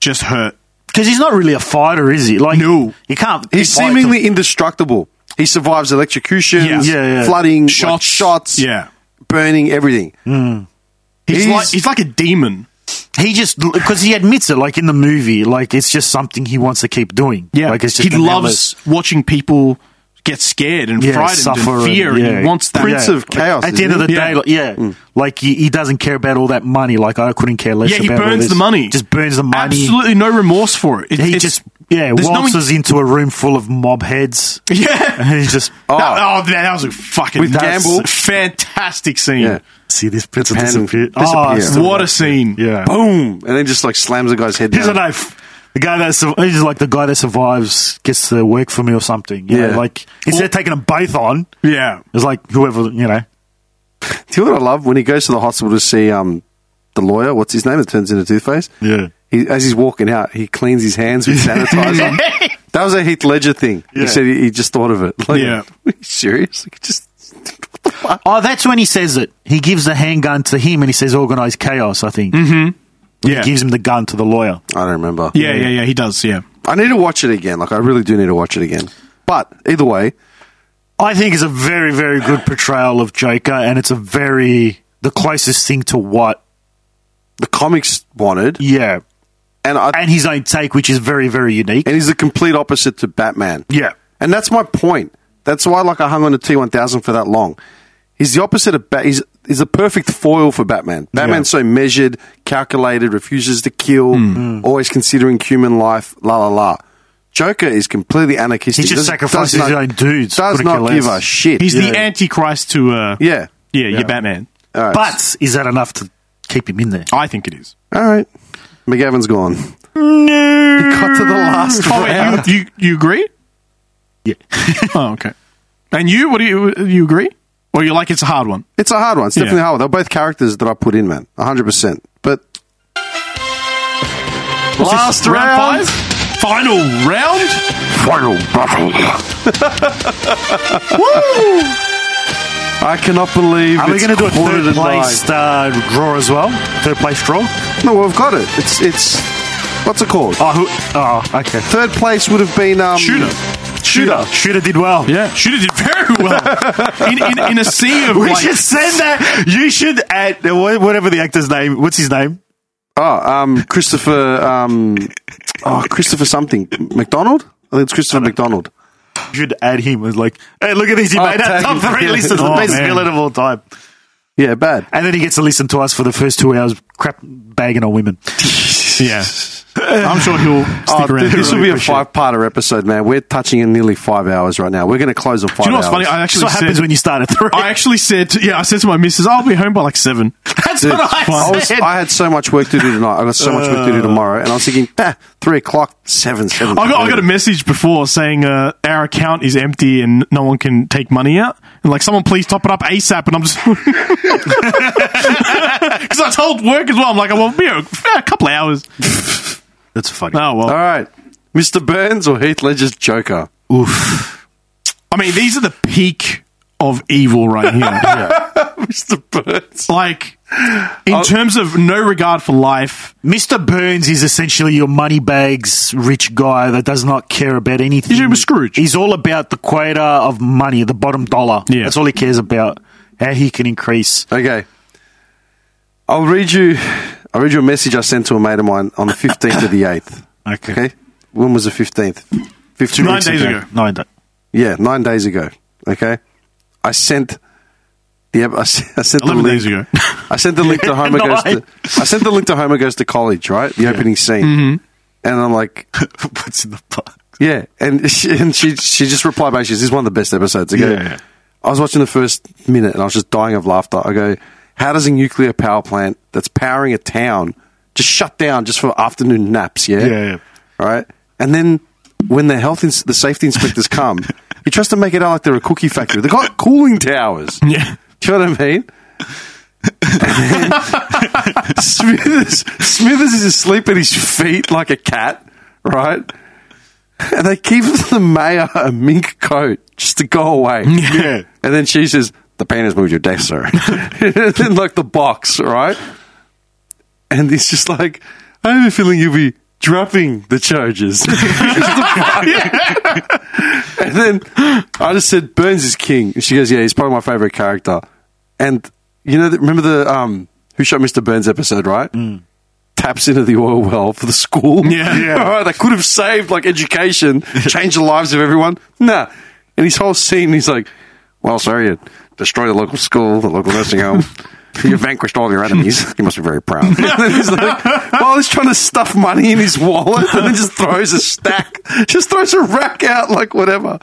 [SPEAKER 2] just hurt.
[SPEAKER 3] Because he's not really a fighter, is he? Like
[SPEAKER 2] No.
[SPEAKER 3] you can't.
[SPEAKER 1] he's
[SPEAKER 3] fight him.
[SPEAKER 1] seemingly indestructible. He survives electrocutions,
[SPEAKER 2] Yeah.
[SPEAKER 3] Yeah, yeah.
[SPEAKER 1] flooding, shots,
[SPEAKER 2] Shots.
[SPEAKER 1] shots,
[SPEAKER 2] Yeah.
[SPEAKER 1] burning, everything.
[SPEAKER 2] He's,
[SPEAKER 1] He's-
[SPEAKER 2] like, he's like a demon.
[SPEAKER 3] He just because he admits it, like in the movie, like it's just something he wants to keep doing. like it's just
[SPEAKER 2] he
[SPEAKER 3] an
[SPEAKER 2] loves watching people get scared and
[SPEAKER 3] Yeah,
[SPEAKER 2] frightened
[SPEAKER 3] suffer
[SPEAKER 2] and
[SPEAKER 3] and-
[SPEAKER 2] fear, and,
[SPEAKER 3] yeah.
[SPEAKER 2] he wants that.
[SPEAKER 1] Prince
[SPEAKER 3] Yeah.
[SPEAKER 1] of chaos.
[SPEAKER 3] At the end of
[SPEAKER 1] isn't
[SPEAKER 3] the
[SPEAKER 1] he?
[SPEAKER 2] Yeah.
[SPEAKER 3] day, like, yeah, like he, he doesn't care about all that money. Like I couldn't care less.
[SPEAKER 2] Yeah, he
[SPEAKER 3] about all
[SPEAKER 2] burns
[SPEAKER 3] this.
[SPEAKER 2] the money.
[SPEAKER 3] Just burns the money.
[SPEAKER 2] Absolutely no remorse for it. It-
[SPEAKER 3] He
[SPEAKER 2] it's-
[SPEAKER 3] just yeah
[SPEAKER 2] there's no-
[SPEAKER 3] waltzes into a room full of mob heads.
[SPEAKER 2] yeah.
[SPEAKER 3] And he's just
[SPEAKER 2] Oh, that, oh, man, that was a fucking
[SPEAKER 1] With
[SPEAKER 2] that's
[SPEAKER 1] Gamble.
[SPEAKER 2] a fantastic scene.
[SPEAKER 1] Yeah.
[SPEAKER 3] see this prince
[SPEAKER 1] Pen-
[SPEAKER 3] disappear.
[SPEAKER 1] disappear.
[SPEAKER 3] Oh, it's still-
[SPEAKER 2] What a scene.
[SPEAKER 3] yeah.
[SPEAKER 1] boom, and then just like slams the guy's head
[SPEAKER 3] Here's a
[SPEAKER 1] down.
[SPEAKER 3] knife. The guy that sur- he's like the guy that survives gets to work for me or something. You
[SPEAKER 1] Yeah.
[SPEAKER 3] know, like instead of taking them both on,
[SPEAKER 2] Yeah.
[SPEAKER 3] it's like whoever you know.
[SPEAKER 1] Do you know what I love when he goes to the hospital to see um the lawyer? What's his name? That turns into Toothface.
[SPEAKER 3] Yeah.
[SPEAKER 1] He, as he's walking out, he cleans his hands with sanitizer. that was a Heath Ledger thing.
[SPEAKER 3] Yeah.
[SPEAKER 1] He said he, he just thought of it. Like,
[SPEAKER 2] Yeah.
[SPEAKER 1] Are you serious? Like, just
[SPEAKER 3] Oh, that's when he says it. He gives the handgun to him and he says organized chaos. I think mm-hmm.
[SPEAKER 2] Yeah.
[SPEAKER 3] he gives him the gun to the lawyer.
[SPEAKER 1] I don't remember.
[SPEAKER 2] yeah, yeah, yeah. He does. Yeah.
[SPEAKER 1] I need to watch it again. Like I really do need to watch it again. But either way,
[SPEAKER 3] I think it's a very, very good portrayal of Joker, and it's a very the closest thing to what
[SPEAKER 1] the comics wanted,
[SPEAKER 3] yeah,
[SPEAKER 1] and I,
[SPEAKER 3] and his own take, which is very, very unique.
[SPEAKER 1] and he's the complete opposite to Batman.
[SPEAKER 3] Yeah.
[SPEAKER 1] and that's my point. That's why like I hung on to T one thousand for that long. He's the opposite of Bat. He's he's the perfect foil for Batman. Batman's so measured, calculated, refuses to kill, always considering human life. La la la. Joker is completely anarchistic.
[SPEAKER 3] He just
[SPEAKER 1] Doesn't-
[SPEAKER 3] sacrifices
[SPEAKER 1] does
[SPEAKER 3] his
[SPEAKER 1] not-
[SPEAKER 3] own dudes.
[SPEAKER 1] Does
[SPEAKER 3] Couldn't
[SPEAKER 1] not
[SPEAKER 3] care
[SPEAKER 1] give
[SPEAKER 3] less.
[SPEAKER 1] a shit.
[SPEAKER 2] He's
[SPEAKER 3] Yeah.
[SPEAKER 2] the antichrist to. Uh,
[SPEAKER 1] yeah.
[SPEAKER 2] Yeah, your Batman.
[SPEAKER 1] All right.
[SPEAKER 3] But is that enough to keep him in there?
[SPEAKER 2] I think it is.
[SPEAKER 1] all right. McGavin's gone.
[SPEAKER 3] No.
[SPEAKER 1] Cut to the last
[SPEAKER 2] Oh,
[SPEAKER 1] round.
[SPEAKER 2] wait, you, you, you agree?
[SPEAKER 3] Yeah.
[SPEAKER 2] Oh, okay. And you, what do you, you agree? Or you like it's a hard one?
[SPEAKER 1] It's a hard one. It's
[SPEAKER 2] Yeah.
[SPEAKER 1] definitely a hard one. They're both characters that I put in, man. 100%. But Last round.
[SPEAKER 2] round five? Final round?
[SPEAKER 1] Final battle. I cannot believe
[SPEAKER 3] Are we
[SPEAKER 1] it's
[SPEAKER 3] going to do a
[SPEAKER 1] quarter to
[SPEAKER 3] third place uh, draw as well? Third place draw?
[SPEAKER 1] nine. No, we've got it. It's it's what's it called?
[SPEAKER 3] Oh, who, oh okay.
[SPEAKER 1] Third place would have been um,
[SPEAKER 2] Shooter.
[SPEAKER 3] Shooter. Shooter did well.
[SPEAKER 2] Yeah. Shooter did very well. In, in, in a sea of
[SPEAKER 3] We
[SPEAKER 2] like,
[SPEAKER 3] should send that. You should add wha- whatever the actor's name. What's his name?
[SPEAKER 1] Oh, um, Christopher. Um, oh, Christopher something McDonald. I think it's Christopher McDonald.
[SPEAKER 3] You should add him as like, hey, look at this. He
[SPEAKER 1] Oh,
[SPEAKER 3] made our
[SPEAKER 1] tag
[SPEAKER 3] top
[SPEAKER 1] him.
[SPEAKER 3] three list of the
[SPEAKER 1] Oh,
[SPEAKER 3] best
[SPEAKER 1] man.
[SPEAKER 3] villain of all time.
[SPEAKER 1] Yeah, bad.
[SPEAKER 3] And then he gets to listen to us for the first two hours, crap bagging on women.
[SPEAKER 2] Yeah. I'm sure he'll stick
[SPEAKER 1] Oh,
[SPEAKER 2] around.
[SPEAKER 1] dude, this will be a
[SPEAKER 2] For sure.
[SPEAKER 1] five-parter episode, man. We're touching in nearly five hours right now. We're going to close on five
[SPEAKER 2] Do you know what's
[SPEAKER 1] hours.
[SPEAKER 2] funny? I
[SPEAKER 3] That's
[SPEAKER 2] actually
[SPEAKER 3] what happens
[SPEAKER 2] said. Oh,
[SPEAKER 3] when you start at three.
[SPEAKER 2] I actually said, to- yeah, I said to my missus, I'll be home by like seven.
[SPEAKER 3] That's
[SPEAKER 1] Dude,
[SPEAKER 3] what
[SPEAKER 1] I,
[SPEAKER 3] I
[SPEAKER 1] was,
[SPEAKER 3] said.
[SPEAKER 1] I had so much work to do tonight. I got so much work to do tomorrow, and I was thinking, bah, three o'clock, seven, seven.
[SPEAKER 2] Uh. I got, I got a message before saying uh, our account is empty and no one can take money out. And like, someone please top it up ASAP. And I'm just. Because I told work as well. I'm like, I will be a, a couple of hours.
[SPEAKER 3] That's funny.
[SPEAKER 2] Oh, well.
[SPEAKER 1] All right, Mr. Burns or Heath Ledger's Joker?
[SPEAKER 2] I mean, these are the peak of evil right here.
[SPEAKER 1] Mr. Burns.
[SPEAKER 2] Like, in terms of no regard for life,
[SPEAKER 3] Mr. Burns is essentially your money bags rich guy that does not care about anything.
[SPEAKER 2] He's a Scrooge.
[SPEAKER 3] He's all about the quota of money, the bottom dollar.
[SPEAKER 2] Yeah.
[SPEAKER 3] That's all he cares about. How he can increase.
[SPEAKER 1] Okay, I'll read you. I'll read you a message I sent to a mate of mine on the fifteenth of the eighth.
[SPEAKER 3] Okay.
[SPEAKER 1] Okay, when was the fifteenth? Fifteen
[SPEAKER 2] Nine
[SPEAKER 1] weeks
[SPEAKER 2] days ago.
[SPEAKER 3] No, I don't.
[SPEAKER 1] Yeah, nine days ago. Okay, I sent the ep- I sent, I sent the
[SPEAKER 2] 11
[SPEAKER 1] link.
[SPEAKER 2] days ago.
[SPEAKER 1] I sent the link to Homer
[SPEAKER 3] No,
[SPEAKER 1] goes.
[SPEAKER 3] I-
[SPEAKER 1] To, I sent the link to Homer goes to college. Right, the opening scene, and I'm like,
[SPEAKER 3] What's in the box?
[SPEAKER 1] yeah, and she, and she she just replied back. She says, "This is one of the best episodes." I go,
[SPEAKER 2] Yeah.
[SPEAKER 1] I was watching the first minute and I was just dying of laughter. I go, "How does a nuclear power plant that's powering a town just shut down just for afternoon naps?" Yeah,
[SPEAKER 3] Yeah, yeah.
[SPEAKER 1] right. And then when the health ins- the safety inspectors come, he tries to make it out like they're a cookie factory. They have got cooling towers.
[SPEAKER 2] yeah.
[SPEAKER 1] Do you know what I mean? And then Smithers, Smithers is asleep at his feet like a cat, right? And they give the mayor a mink coat just to go away.
[SPEAKER 3] Yeah.
[SPEAKER 1] And then she says, The pain has moved your desk, sir. and then, like, the box, right? And he's just like, I have a feeling you'll be dropping the charges. And then I just said Burns is king. And she goes, yeah, he's probably my favorite character. And you know, remember the um, Who Shot Mr. Burns episode, right? Mm. Taps into the oil well for the school.
[SPEAKER 2] Yeah. Yeah.
[SPEAKER 1] All right, they could have saved like education, changed the lives of everyone. Nah. And his whole scene, he's like, well, sorry, you destroyed the local school, the local nursing home. You vanquished all your enemies. You must be very proud. And then he's like, while he's trying to stuff money in his wallet, and then just throws a stack, just throws a rack out, like whatever.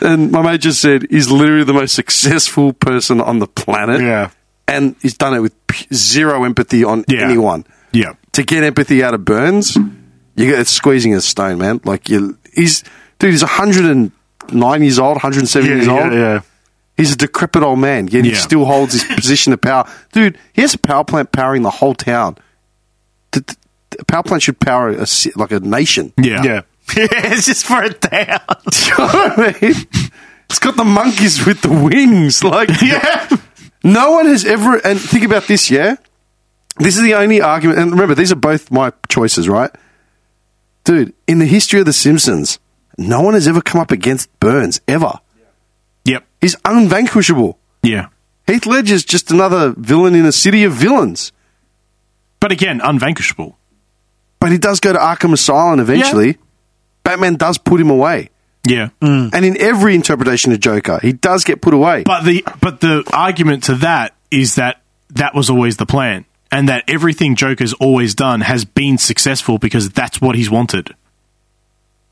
[SPEAKER 1] And my mate just said he's literally the most successful person on the planet.
[SPEAKER 3] Yeah.
[SPEAKER 1] and he's done it with p- zero empathy on
[SPEAKER 2] Yeah.
[SPEAKER 1] anyone.
[SPEAKER 2] Yeah.
[SPEAKER 1] to get empathy out of Burns, you got it's squeezing a stone, man. Like you, he's dude, he's hundred and nine years old, hundred and seven years old.
[SPEAKER 3] yeah.
[SPEAKER 1] He's a decrepit old man, yet he
[SPEAKER 2] Yeah.
[SPEAKER 1] still holds his position of power. Dude, he has a power plant powering the whole town. The, the- the power plant should power a, ci- like a nation.
[SPEAKER 2] Yeah.
[SPEAKER 3] Yeah. it's just for a town.
[SPEAKER 1] Do you know what I mean? It's got the monkeys with the wings. Like, yeah. No one has ever. And think about this, yeah? This is the only argument. And remember, these are both my choices, right? Dude, in the history of The Simpsons, no one has ever come up against Burns, ever.
[SPEAKER 2] Yep.
[SPEAKER 1] He's unvanquishable.
[SPEAKER 2] Yeah.
[SPEAKER 1] Heath Ledger's just another villain in a city of villains.
[SPEAKER 2] But again, unvanquishable.
[SPEAKER 1] But he does go to Arkham Asylum eventually. Batman does put him away.
[SPEAKER 2] Yeah.
[SPEAKER 3] Mm.
[SPEAKER 1] And in every interpretation of Joker, he does get put away.
[SPEAKER 2] But the but the argument to that is that that was always the plan, and that everything Joker's always done has been successful because that's what he's wanted.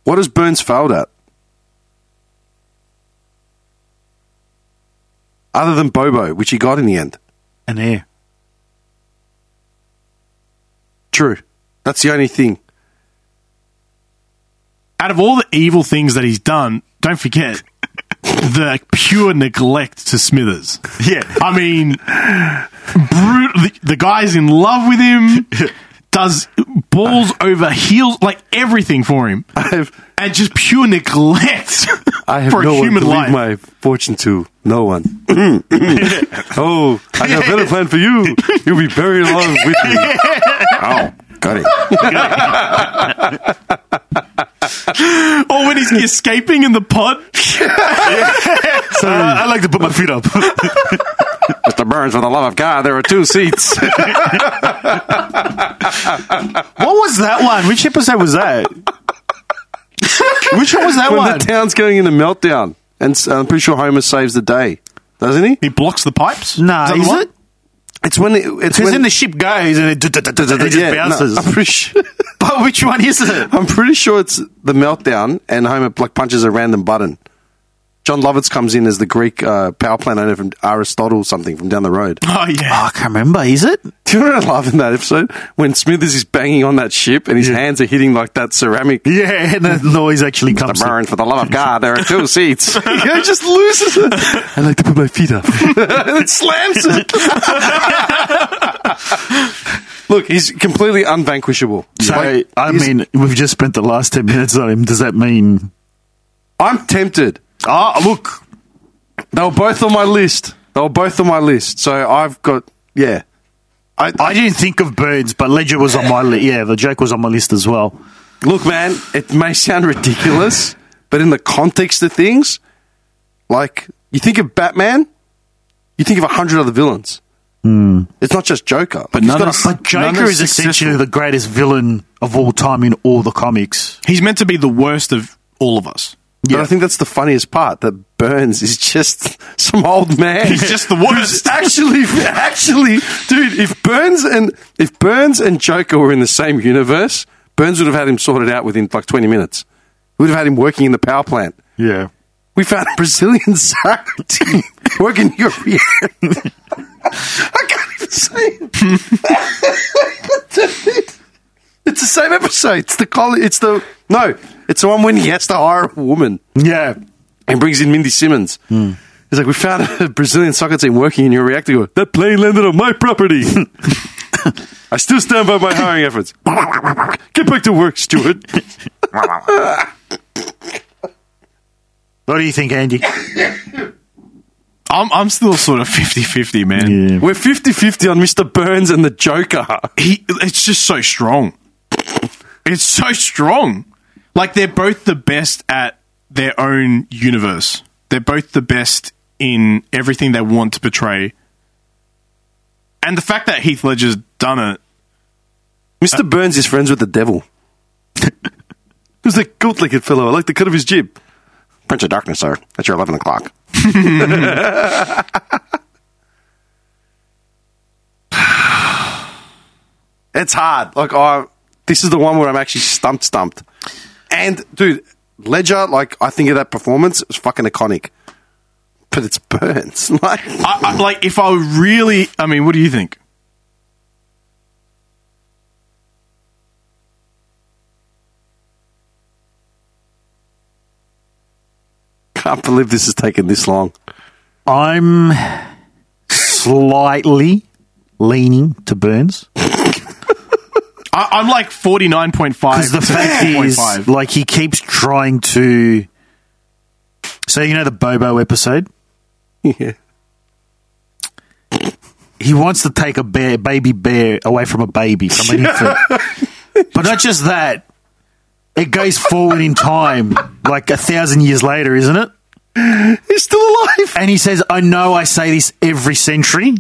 [SPEAKER 1] What has Burns failed at? Other than Bobo, which he got in the end.
[SPEAKER 3] An air.
[SPEAKER 1] True. That's the only thing.
[SPEAKER 2] Out of all the evil things that he's done, don't forget the pure neglect to Smithers.
[SPEAKER 3] Yeah.
[SPEAKER 2] I mean, brut- the, the guy's in love with him. does balls over heels, like everything for him,
[SPEAKER 1] I have,
[SPEAKER 2] and just pure neglect
[SPEAKER 1] I have
[SPEAKER 2] for
[SPEAKER 1] no
[SPEAKER 2] a human
[SPEAKER 1] one to leave
[SPEAKER 2] life.
[SPEAKER 1] my fortune to. No one. oh, I got a better plan for you. You'll be buried along with me. Oh, got it.
[SPEAKER 2] or when he's escaping in the pod.
[SPEAKER 3] I, I like to put my feet up.
[SPEAKER 1] Mr. Burns, for the love of God, there are two seats.
[SPEAKER 3] What was that one? Which episode was that? Which one was that
[SPEAKER 1] when
[SPEAKER 3] one?
[SPEAKER 1] the town's going into meltdown, and s- I'm pretty sure Homer saves the day, doesn't he?
[SPEAKER 2] He blocks the pipes.
[SPEAKER 3] nah,
[SPEAKER 2] that
[SPEAKER 3] is,
[SPEAKER 2] the one?
[SPEAKER 3] it?
[SPEAKER 1] It's when it, it's
[SPEAKER 3] Because
[SPEAKER 1] when
[SPEAKER 3] then the ship goes and it, d- d- d- d- d- it just
[SPEAKER 1] Yeah, no,
[SPEAKER 3] bounces.
[SPEAKER 1] I'm pretty sure.
[SPEAKER 3] Uh, But which one is it?
[SPEAKER 1] I'm pretty sure it's the meltdown, and Homer like punches a random button. John Lovitz comes in as the Greek uh, power plant owner from Aristotle, something from down the road.
[SPEAKER 2] Oh yeah.
[SPEAKER 3] I can't remember. Is it?
[SPEAKER 1] Do you know what I love in that episode when Smithers is banging on that ship and his hands are hitting like that ceramic
[SPEAKER 3] Yeah, and the noise actually comes. in.
[SPEAKER 1] burn? For the love of God, there are two seats. he just loses it. I like to put my feet up, and it slams it. Look, he's completely unvanquishable.
[SPEAKER 3] So,
[SPEAKER 1] Like,
[SPEAKER 3] I
[SPEAKER 1] he's-
[SPEAKER 3] mean, we've just spent the last 10 minutes on him. Does that mean.
[SPEAKER 1] I'm tempted.
[SPEAKER 3] Ah, look.
[SPEAKER 1] They were both on my list. They were both on my list. So I've got yeah.
[SPEAKER 3] I didn't think of birds, but Ledger was on my list. Yeah, the joke was on my list as well.
[SPEAKER 1] Look, man, it may sound ridiculous, but in the context of things, like you think of Batman, you think of a hundred other villains. It's not just Joker. But
[SPEAKER 2] none
[SPEAKER 1] got
[SPEAKER 2] is-
[SPEAKER 1] a-
[SPEAKER 3] But Joker is essentially the greatest villain of all time in all the comics.
[SPEAKER 2] He's meant to be the worst of all of us.
[SPEAKER 1] But I think that's the funniest part that Burns is just some old man.
[SPEAKER 2] He's just the worst.
[SPEAKER 1] actually, actually, dude, if Burns and if Burns and Joker were in the same universe, Burns would have had him sorted out within like twenty minutes. We would have had him working in the power plant.
[SPEAKER 3] Yeah.
[SPEAKER 1] We found a Brazilian soccer team working your rear. I can't even say it. it's the same episode. It's the colli It's the no. It's the one when he has to hire a woman
[SPEAKER 3] Yeah.
[SPEAKER 1] and brings in Mindy Simmons. He's like, we found a Brazilian soccer team working in your reactor. Go, that plane landed on my property. I still stand by my hiring efforts. Get back to work, Stuart.
[SPEAKER 3] What do you think, Andy?
[SPEAKER 2] I'm, I'm still sort of 50-50, man.
[SPEAKER 1] We're 50-50 on Mr. Burns and the Joker.
[SPEAKER 2] he it's just so strong. It's so strong. Like they're both the best at their own universe. They're both the best in everything they want to portray. And the fact that Heath Ledger's done it,
[SPEAKER 1] Mr. Burns is friends with the devil. Who's that goat-legged fellow? I like the cut of his jib. Prince of Darkness, sir. That's your 11 o'clock. it's hard. Like, I, this is the one where I'm actually stumped, stumped. And, dude, Ledger, like, I think of that performance, it's fucking iconic. But it's Burns. Like,
[SPEAKER 2] I, I, like if I really, I mean, what do you think?
[SPEAKER 1] can't believe this has taken this long.
[SPEAKER 3] I'm slightly leaning to Burns.
[SPEAKER 2] I, I'm like forty nine point five.
[SPEAKER 3] Because the fact is, like, he keeps trying to. So, you know the Bobo episode?
[SPEAKER 1] Yeah.
[SPEAKER 3] He wants to take a bear, baby bear away from a baby, from an infant. but not just that, it goes forward in time, like a thousand years later, isn't it?
[SPEAKER 1] He's still alive.
[SPEAKER 3] And he says, I know I say this every century.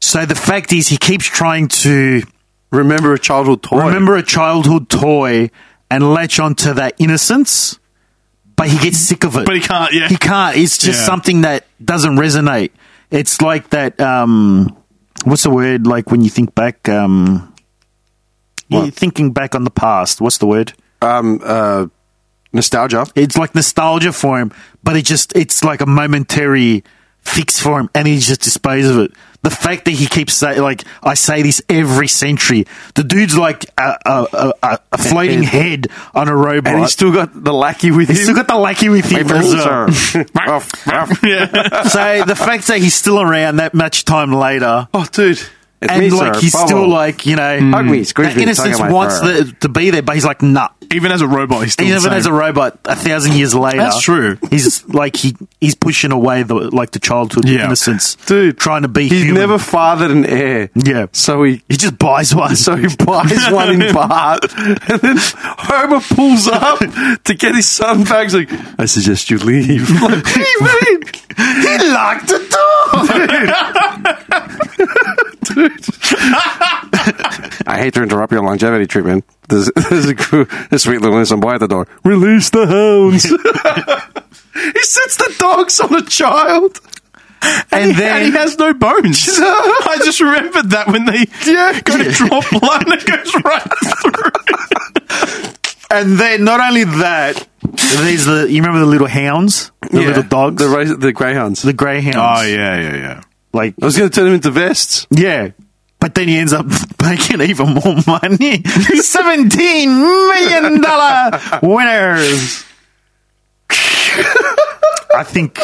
[SPEAKER 3] So the fact is, he keeps trying to
[SPEAKER 1] Remember a childhood toy.
[SPEAKER 3] remember a childhood toy and latch onto that innocence, but he gets sick of it.
[SPEAKER 2] But he can't, yeah.
[SPEAKER 3] He can't. It's just
[SPEAKER 2] Yeah.
[SPEAKER 3] something that doesn't resonate. It's like that, um, what's the word? Like when you think back, um, you're thinking back on the past. What's the word?
[SPEAKER 1] um, uh, nostalgia.
[SPEAKER 3] It's like nostalgia for him, but it just it's like a momentary fix for him, and he just disposes of it. The fact that he keeps saying, like, I say this every century. The dude's like a, a, a- a, a floating head on a robot.
[SPEAKER 1] And he's still got the lackey with
[SPEAKER 3] He's still
[SPEAKER 1] him.
[SPEAKER 3] got the lucky with him as
[SPEAKER 1] oh,
[SPEAKER 3] well. So the fact that he's still around that much time later,
[SPEAKER 1] dude. It's
[SPEAKER 3] and
[SPEAKER 1] me,
[SPEAKER 3] like
[SPEAKER 1] sir.
[SPEAKER 3] he's
[SPEAKER 1] Bubble.
[SPEAKER 3] still like you know
[SPEAKER 1] Hug me, squeeze
[SPEAKER 3] that
[SPEAKER 1] me, tug
[SPEAKER 3] innocence
[SPEAKER 1] at my
[SPEAKER 3] wants
[SPEAKER 1] throat.
[SPEAKER 3] the, to be there, but he's like nah.
[SPEAKER 2] Even as a robot, he's still
[SPEAKER 3] Even
[SPEAKER 2] the same.
[SPEAKER 3] as a robot, a thousand years later,
[SPEAKER 2] That's true.
[SPEAKER 3] He's like he he's pushing away the like the childhood
[SPEAKER 2] Yeah.
[SPEAKER 3] innocence,
[SPEAKER 1] Dude,
[SPEAKER 3] Trying to be
[SPEAKER 1] He's
[SPEAKER 3] human.
[SPEAKER 1] never fathered an heir.
[SPEAKER 3] Yeah.
[SPEAKER 1] So he
[SPEAKER 3] he just buys one.
[SPEAKER 1] So he buys one in Bart, and then Homer pulls up to get his son back. He's like, "I suggest you leave." Like, what do you mean? He locked the door. Dude. I hate to interrupt your longevity treatment. There's, there's a, cru- a sweet little innocent boy at the door. Release the hounds. he sets the dogs on a child.
[SPEAKER 2] and, he,
[SPEAKER 3] then-
[SPEAKER 2] and he has no bones. I just remembered that when they
[SPEAKER 1] Yeah.
[SPEAKER 2] go to draw blood, and it goes right through.
[SPEAKER 3] and then not only that, there's the you remember the little hounds, the
[SPEAKER 1] Yeah.
[SPEAKER 3] little dogs,
[SPEAKER 1] The,
[SPEAKER 3] the,
[SPEAKER 1] race- the greyhounds.
[SPEAKER 3] greyhounds.
[SPEAKER 2] Oh, yeah, yeah, yeah.
[SPEAKER 3] like
[SPEAKER 1] I was going to turn them into vests.
[SPEAKER 3] yeah. But then he ends up making even more money. Seventeen million dollar winners. I think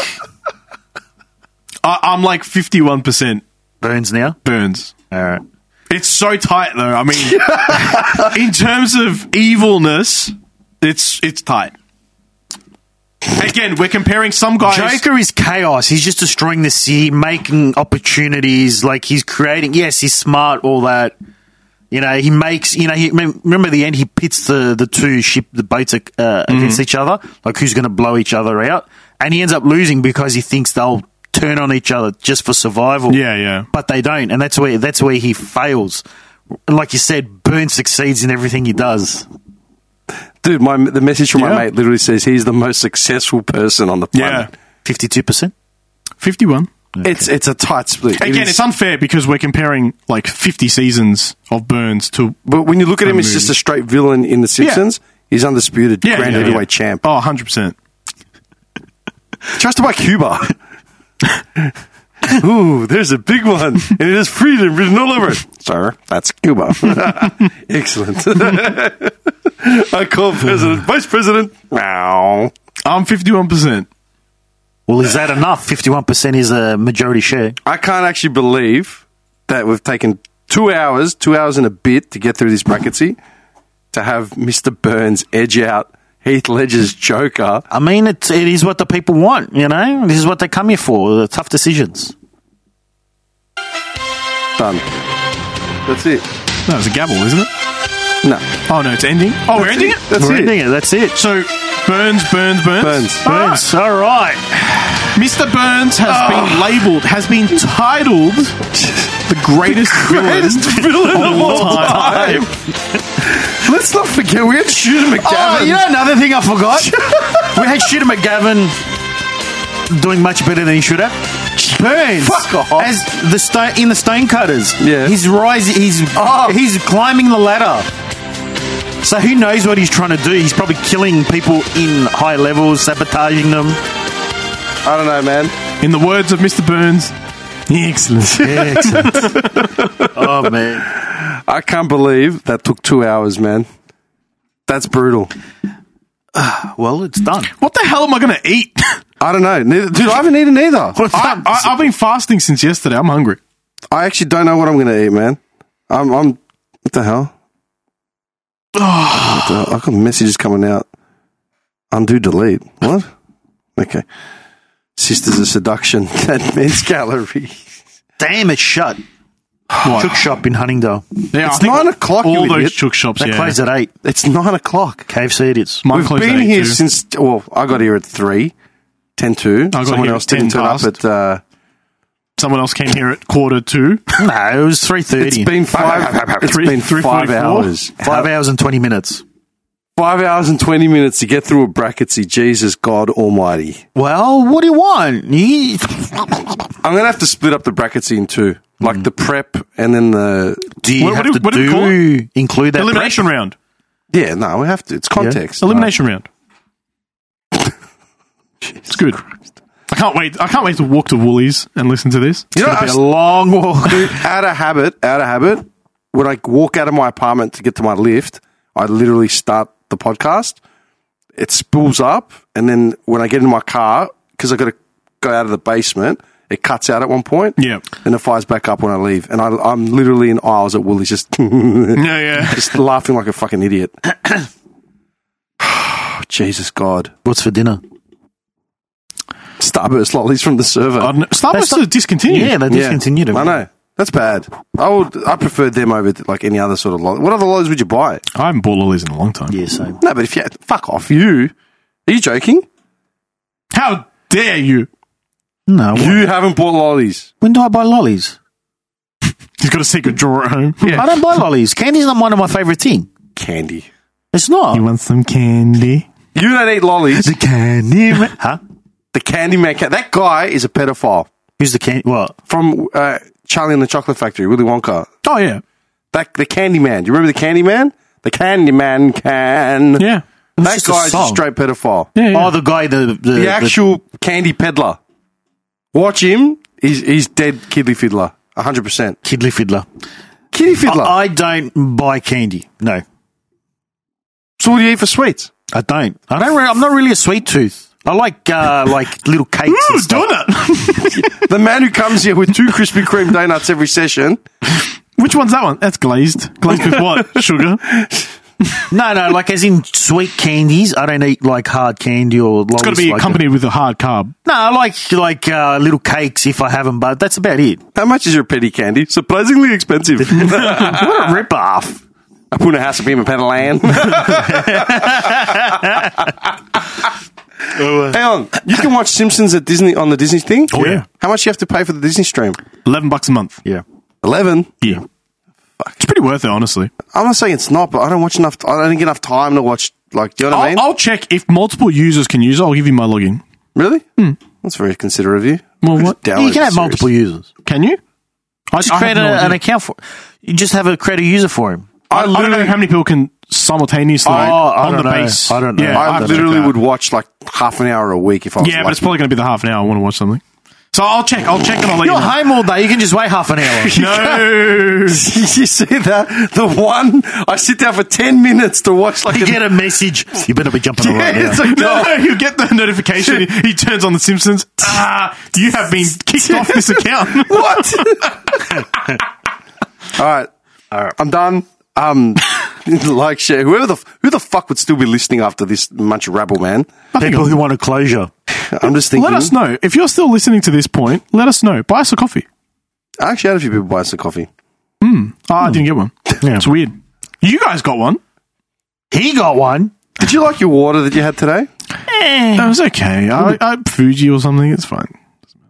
[SPEAKER 2] I, I'm like 51%
[SPEAKER 3] Burns now.
[SPEAKER 2] burns.
[SPEAKER 3] All right.
[SPEAKER 2] It's so tight, though. I mean, in terms of evilness, it's it's tight. Again, we're comparing some guys.
[SPEAKER 3] Joker is chaos. He's just destroying the city, making opportunities. Like he's creating. Yes, he's smart. All that. You know, he makes. You know, he mem- remember the end. He pits the the two ship the boats uh,
[SPEAKER 2] Mm-hmm.
[SPEAKER 3] against each other. Like who's going to blow each other out? And he ends up losing because he thinks they'll turn on each other just for survival.
[SPEAKER 2] Yeah, yeah.
[SPEAKER 3] But they don't, and that's where that's where he fails. And like you said, Byrne succeeds in everything he does.
[SPEAKER 1] Dude, my the message from
[SPEAKER 2] Yeah.
[SPEAKER 1] my mate literally says he's the most successful person on the
[SPEAKER 2] Yeah,
[SPEAKER 1] planet.
[SPEAKER 3] Fifty two percent.
[SPEAKER 2] 51.
[SPEAKER 1] It's it's a tight split. It
[SPEAKER 2] Again,
[SPEAKER 1] is-
[SPEAKER 2] it's unfair because we're comparing like 50 seasons of Burns to.
[SPEAKER 1] but when you look at him, he's
[SPEAKER 2] movie.
[SPEAKER 1] just a straight villain in The Simpsons. He's undisputed
[SPEAKER 2] Yeah,
[SPEAKER 1] Grand
[SPEAKER 2] yeah, yeah.
[SPEAKER 1] Heavyweight Champ.
[SPEAKER 2] Oh, 100%.
[SPEAKER 1] Oh, Just about Cuba. Ooh, there's a big one, and it has freedom written all over it. Sir, that's Cuba. Excellent. I call president, vice president. Now,
[SPEAKER 2] I'm 51%.
[SPEAKER 3] Well, is that enough? Fifty one percent is a majority share.
[SPEAKER 1] I can't actually believe that we've taken two hours, two hours and a bit to get through this bracketsy to have Mr. Burns edge out Heath Ledger's Joker.
[SPEAKER 3] I mean, it's, it is what the people want, you know? This is what they come here for, the tough decisions.
[SPEAKER 1] Done. That's it.
[SPEAKER 2] No, it's a gavel, isn't it?
[SPEAKER 1] No.
[SPEAKER 2] Oh, no, it's ending. Oh, we're ending it?
[SPEAKER 1] That's
[SPEAKER 3] We're
[SPEAKER 1] it.
[SPEAKER 3] ending it, that's it.
[SPEAKER 2] So, Burns, Burns, Burns.
[SPEAKER 1] Burns.
[SPEAKER 3] Burns, all right.
[SPEAKER 2] Mr. Burns has been labeled, has been titled the greatest,
[SPEAKER 1] Greatest
[SPEAKER 2] villain.
[SPEAKER 1] villain of all
[SPEAKER 2] all
[SPEAKER 1] time. Let's not forget we had Shooter McGavin.
[SPEAKER 3] Oh, you know another thing I forgot? we had Shooter McGavin doing much better than he should have. Burns
[SPEAKER 1] Fuck off.
[SPEAKER 3] as the stone in the stonecutters.
[SPEAKER 1] Yeah.
[SPEAKER 3] he's rising. He's he's climbing the ladder. So who knows what he's trying to do? He's probably killing people in high levels, sabotaging them.
[SPEAKER 1] I don't know, man.
[SPEAKER 2] In the words of Mr. Burns, excellent.
[SPEAKER 3] Oh man,
[SPEAKER 1] I can't believe that took two hours, man. That's brutal.
[SPEAKER 3] well it's done.
[SPEAKER 2] What the hell am I going to eat?
[SPEAKER 1] I don't know. Neither, dude, I haven't eaten either.
[SPEAKER 3] Ah,
[SPEAKER 2] I, I, I've been fasting since yesterday. I'm hungry.
[SPEAKER 1] I actually don't know what I'm going to eat, man. I'm, I'm. What the hell? what the hell? I've got messages coming out. Undo, delete. What? Okay. Sisters of Seduction at Men's Gallery.
[SPEAKER 3] Damn, it's shut. Cook shop in Huntingdale.
[SPEAKER 2] Yeah,
[SPEAKER 1] It's
[SPEAKER 2] I think
[SPEAKER 1] nine o'clock,
[SPEAKER 2] All
[SPEAKER 1] you
[SPEAKER 2] those
[SPEAKER 1] idiot.
[SPEAKER 2] chook shops.
[SPEAKER 3] They
[SPEAKER 2] yeah.
[SPEAKER 3] close at eight.
[SPEAKER 1] It's nine o'clock.
[SPEAKER 3] KFC idiots.
[SPEAKER 2] Mine
[SPEAKER 1] We've
[SPEAKER 2] close at
[SPEAKER 1] been
[SPEAKER 2] eight,
[SPEAKER 1] here
[SPEAKER 2] too.
[SPEAKER 1] since. Well, I got here at three. 10 to.
[SPEAKER 2] got
[SPEAKER 1] Someone
[SPEAKER 2] here
[SPEAKER 1] else
[SPEAKER 2] at 10
[SPEAKER 1] didn't turn
[SPEAKER 2] past.
[SPEAKER 1] up at. Uh,
[SPEAKER 2] someone else came here at quarter to.
[SPEAKER 3] No, it was three
[SPEAKER 1] it's
[SPEAKER 3] thirty.
[SPEAKER 1] been five. It's
[SPEAKER 2] Three-
[SPEAKER 1] been
[SPEAKER 2] three
[SPEAKER 1] five
[SPEAKER 2] forty-four?
[SPEAKER 1] hours.
[SPEAKER 3] Five hours and twenty minutes.
[SPEAKER 1] Five hours and 20 minutes to get through a bracketsy. Jesus God Almighty.
[SPEAKER 3] Well, what do you want? You-
[SPEAKER 1] I'm gonna have to split up the brackets in two, like
[SPEAKER 2] Hmm.
[SPEAKER 1] the prep and then the
[SPEAKER 3] Do you
[SPEAKER 2] What- what
[SPEAKER 3] have
[SPEAKER 2] do-
[SPEAKER 3] to
[SPEAKER 2] what do
[SPEAKER 3] do,
[SPEAKER 2] you call
[SPEAKER 3] include that?
[SPEAKER 2] Elimination round.
[SPEAKER 1] yeah. No, we have to. It's context.
[SPEAKER 2] Elimination round. it's good. I can't wait. I can't wait to walk to Woolies and listen to this.
[SPEAKER 1] You know,
[SPEAKER 3] prep? It's
[SPEAKER 1] I-
[SPEAKER 3] a long walk.
[SPEAKER 1] out of habit, out of habit. When I walk out of my apartment to get to my lift, I literally start the podcast. It spools up, and then when I get in my car, because I got to go out of the basement, It cuts out at one point.
[SPEAKER 2] Yeah.
[SPEAKER 1] And it fires back up when I leave. And I, I'm literally in aisles at Woolies just,
[SPEAKER 2] Yeah, yeah.
[SPEAKER 1] just laughing like a fucking idiot. Jesus God.
[SPEAKER 3] What's for dinner?
[SPEAKER 1] Starburst lollies from the server.
[SPEAKER 2] I don't know. Star Wars
[SPEAKER 3] That's
[SPEAKER 2] is
[SPEAKER 3] not-
[SPEAKER 2] discontinued.
[SPEAKER 3] Yeah, they discontinued it.
[SPEAKER 1] I know. That's bad. I would. I prefer them over like any other sort of lolly. What other lollies would you buy?
[SPEAKER 2] I haven't bought lollies in a long time.
[SPEAKER 3] Yeah, same.
[SPEAKER 1] No, but if you fuck off, you are you joking?
[SPEAKER 2] How dare you?
[SPEAKER 3] No. why-
[SPEAKER 1] You haven't bought lollies.
[SPEAKER 3] When do I buy lollies?
[SPEAKER 2] He's got a secret drawer at home.
[SPEAKER 3] I don't buy lollies. Candy's not one of my favorite things.
[SPEAKER 1] Candy.
[SPEAKER 3] It's not.
[SPEAKER 2] You want some candy?
[SPEAKER 1] You don't eat lollies.
[SPEAKER 3] The candy man. Huh?
[SPEAKER 1] the candy man. Ca- that guy is a pedophile
[SPEAKER 3] Who's the candy? What?
[SPEAKER 1] from uh, Charlie and the Chocolate Factory. Willy Wonka.
[SPEAKER 2] Oh yeah,
[SPEAKER 1] That the candy man. Do you remember the candy man? The candy man can.
[SPEAKER 2] yeah,
[SPEAKER 1] That
[SPEAKER 3] It's just a
[SPEAKER 1] guy's a,
[SPEAKER 3] song.
[SPEAKER 1] straight pedophile.
[SPEAKER 2] yeah. yeah.
[SPEAKER 3] Oh, the guy, the. The,
[SPEAKER 1] The actual candy peddler. Watch him. He's, he's dead kiddly fiddler. 100%.
[SPEAKER 3] the Kidley Fiddler.
[SPEAKER 1] Kitty fiddler.
[SPEAKER 3] I, I don't buy candy. No.
[SPEAKER 1] so what do you eat for sweets?
[SPEAKER 3] I don't. I don't. Re- I'm not really a sweet tooth. I like uh, like little cakes. and
[SPEAKER 2] Ooh,
[SPEAKER 3] stuff.
[SPEAKER 2] donut.
[SPEAKER 1] the man who comes here with two Krispy Kreme donuts every session.
[SPEAKER 2] Which one's that one? That's glazed. Glazed with what? Sugar.
[SPEAKER 3] No, no, like as in sweet candies. I don't eat like hard candy or.
[SPEAKER 2] It's got to be accompanied with a hard carb.
[SPEAKER 3] No, I like like uh, little cakes if I haven't, but that's about it.
[SPEAKER 1] How much is your petty candy? Surprisingly expensive. I
[SPEAKER 3] What a rip off!
[SPEAKER 1] put a house of him in Patalan. Hang on. You can watch Simpsons at Disney on the Disney thing?
[SPEAKER 2] uh, Oh, yeah.
[SPEAKER 1] How much do you have to pay for the Disney stream?
[SPEAKER 2] Eleven bucks a month.
[SPEAKER 3] Yeah.
[SPEAKER 1] 11.
[SPEAKER 2] Yeah, it's pretty worth it, honestly.
[SPEAKER 1] I'm not saying it's not, but I don't watch enough. I don't get enough time to watch. Like, do you know what I mean?
[SPEAKER 2] I'll, I'll check if multiple users can use it. I'll give you my login.
[SPEAKER 1] Really? That's very considerate of you.
[SPEAKER 2] Hmm. Well,
[SPEAKER 1] Just
[SPEAKER 2] what-
[SPEAKER 1] download
[SPEAKER 3] you can
[SPEAKER 1] the
[SPEAKER 3] have multiple
[SPEAKER 1] series.
[SPEAKER 3] users.
[SPEAKER 2] Can you? I
[SPEAKER 3] Just
[SPEAKER 2] I have
[SPEAKER 3] create a,
[SPEAKER 2] no
[SPEAKER 3] an
[SPEAKER 2] idea.
[SPEAKER 3] account for. You just have a create a user for him.
[SPEAKER 2] I, I don't know how many people can simultaneously
[SPEAKER 3] Oh, I
[SPEAKER 2] on the
[SPEAKER 3] don't know.
[SPEAKER 2] base.
[SPEAKER 3] I don't know.
[SPEAKER 2] Yeah,
[SPEAKER 1] I
[SPEAKER 2] don't
[SPEAKER 1] literally
[SPEAKER 2] know.
[SPEAKER 1] would watch like half an hour a week if I was.
[SPEAKER 2] Yeah, but it's
[SPEAKER 1] lucky.
[SPEAKER 2] probably going to be the half an hour. I want to watch something. So I'll check. I'll check and I'll let you
[SPEAKER 3] You're
[SPEAKER 2] know.
[SPEAKER 3] home all day. You can just wait half an hour.
[SPEAKER 2] No.
[SPEAKER 1] you see that the one I sit down for ten minutes to watch like
[SPEAKER 3] you
[SPEAKER 1] a-
[SPEAKER 3] get a message. You better be jumping around.
[SPEAKER 1] Yeah,
[SPEAKER 3] now.
[SPEAKER 1] it's like,
[SPEAKER 2] No,
[SPEAKER 1] no.
[SPEAKER 2] you get the notification. He turns on The Simpsons. Ah, you have been kicked off this account.
[SPEAKER 1] what? All right, all right, I'm done. Um, like share whoever the f- who the fuck would still be listening after this much rabble, man.
[SPEAKER 3] People who want a closure.
[SPEAKER 1] I'm just thinking.
[SPEAKER 2] Let us know if you're still listening to this point. Let us know. Buy us a coffee.
[SPEAKER 1] I actually had a few people buy us a coffee.
[SPEAKER 2] Oh, I didn't get one. It's weird. You guys got one.
[SPEAKER 3] He got one.
[SPEAKER 1] Did you like your water that you had today?
[SPEAKER 2] That was okay. I, I Fuji or something. It's fine.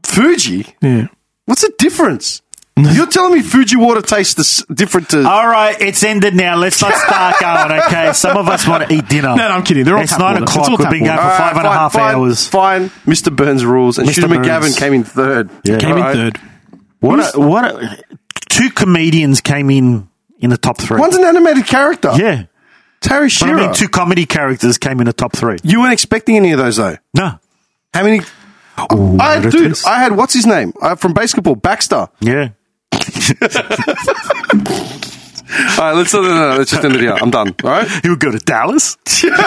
[SPEAKER 1] Fuji.
[SPEAKER 2] Yeah.
[SPEAKER 1] What's the difference? You're telling me Fuji water tastes this different to.
[SPEAKER 2] Ah,
[SPEAKER 3] All right, it's ended now. Let's not start going. Okay, some of us want to eat dinner.
[SPEAKER 2] No, no, I'm kidding. They're all
[SPEAKER 3] It's
[SPEAKER 2] tap
[SPEAKER 3] nine
[SPEAKER 2] water.
[SPEAKER 3] o'clock.
[SPEAKER 2] It's all
[SPEAKER 3] We've
[SPEAKER 2] tap
[SPEAKER 3] been going
[SPEAKER 2] water.
[SPEAKER 3] for
[SPEAKER 1] All
[SPEAKER 3] five and a half
[SPEAKER 1] fine,
[SPEAKER 3] hours.
[SPEAKER 1] Fine, Mr. Burns rules, and
[SPEAKER 3] Mr.
[SPEAKER 1] Shooter
[SPEAKER 3] Burns.
[SPEAKER 1] McGavin came in third.
[SPEAKER 3] Yeah.
[SPEAKER 2] Came
[SPEAKER 1] All right.
[SPEAKER 2] in third.
[SPEAKER 3] What? A, what? A, two comedians came in in the top three.
[SPEAKER 1] One's an animated character.
[SPEAKER 3] yeah,
[SPEAKER 1] Terry
[SPEAKER 3] but
[SPEAKER 1] Shearer.
[SPEAKER 3] I mean, two comedy characters came in the top three.
[SPEAKER 1] you weren't expecting any of those though.
[SPEAKER 3] No,
[SPEAKER 1] How many? I had, dude, I had what's his name I, from basketball, Baxter.
[SPEAKER 3] yeah.
[SPEAKER 1] All right, let's no, no, no, let's just end it here. I'm done. All right.
[SPEAKER 3] He would go to Dallas. okay, okay,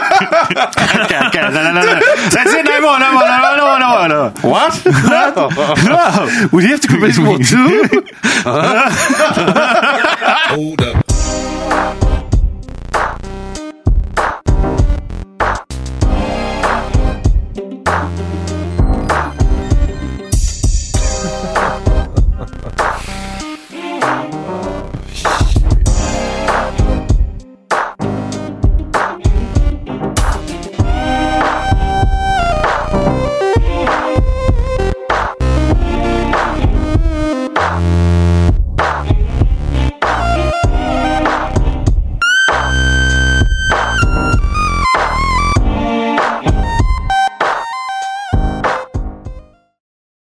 [SPEAKER 3] no, no, no, no. That's it. No more, no more, no more, no more, no more. No. more.
[SPEAKER 1] What? Would you have to go baseball too?
[SPEAKER 8] Hold up.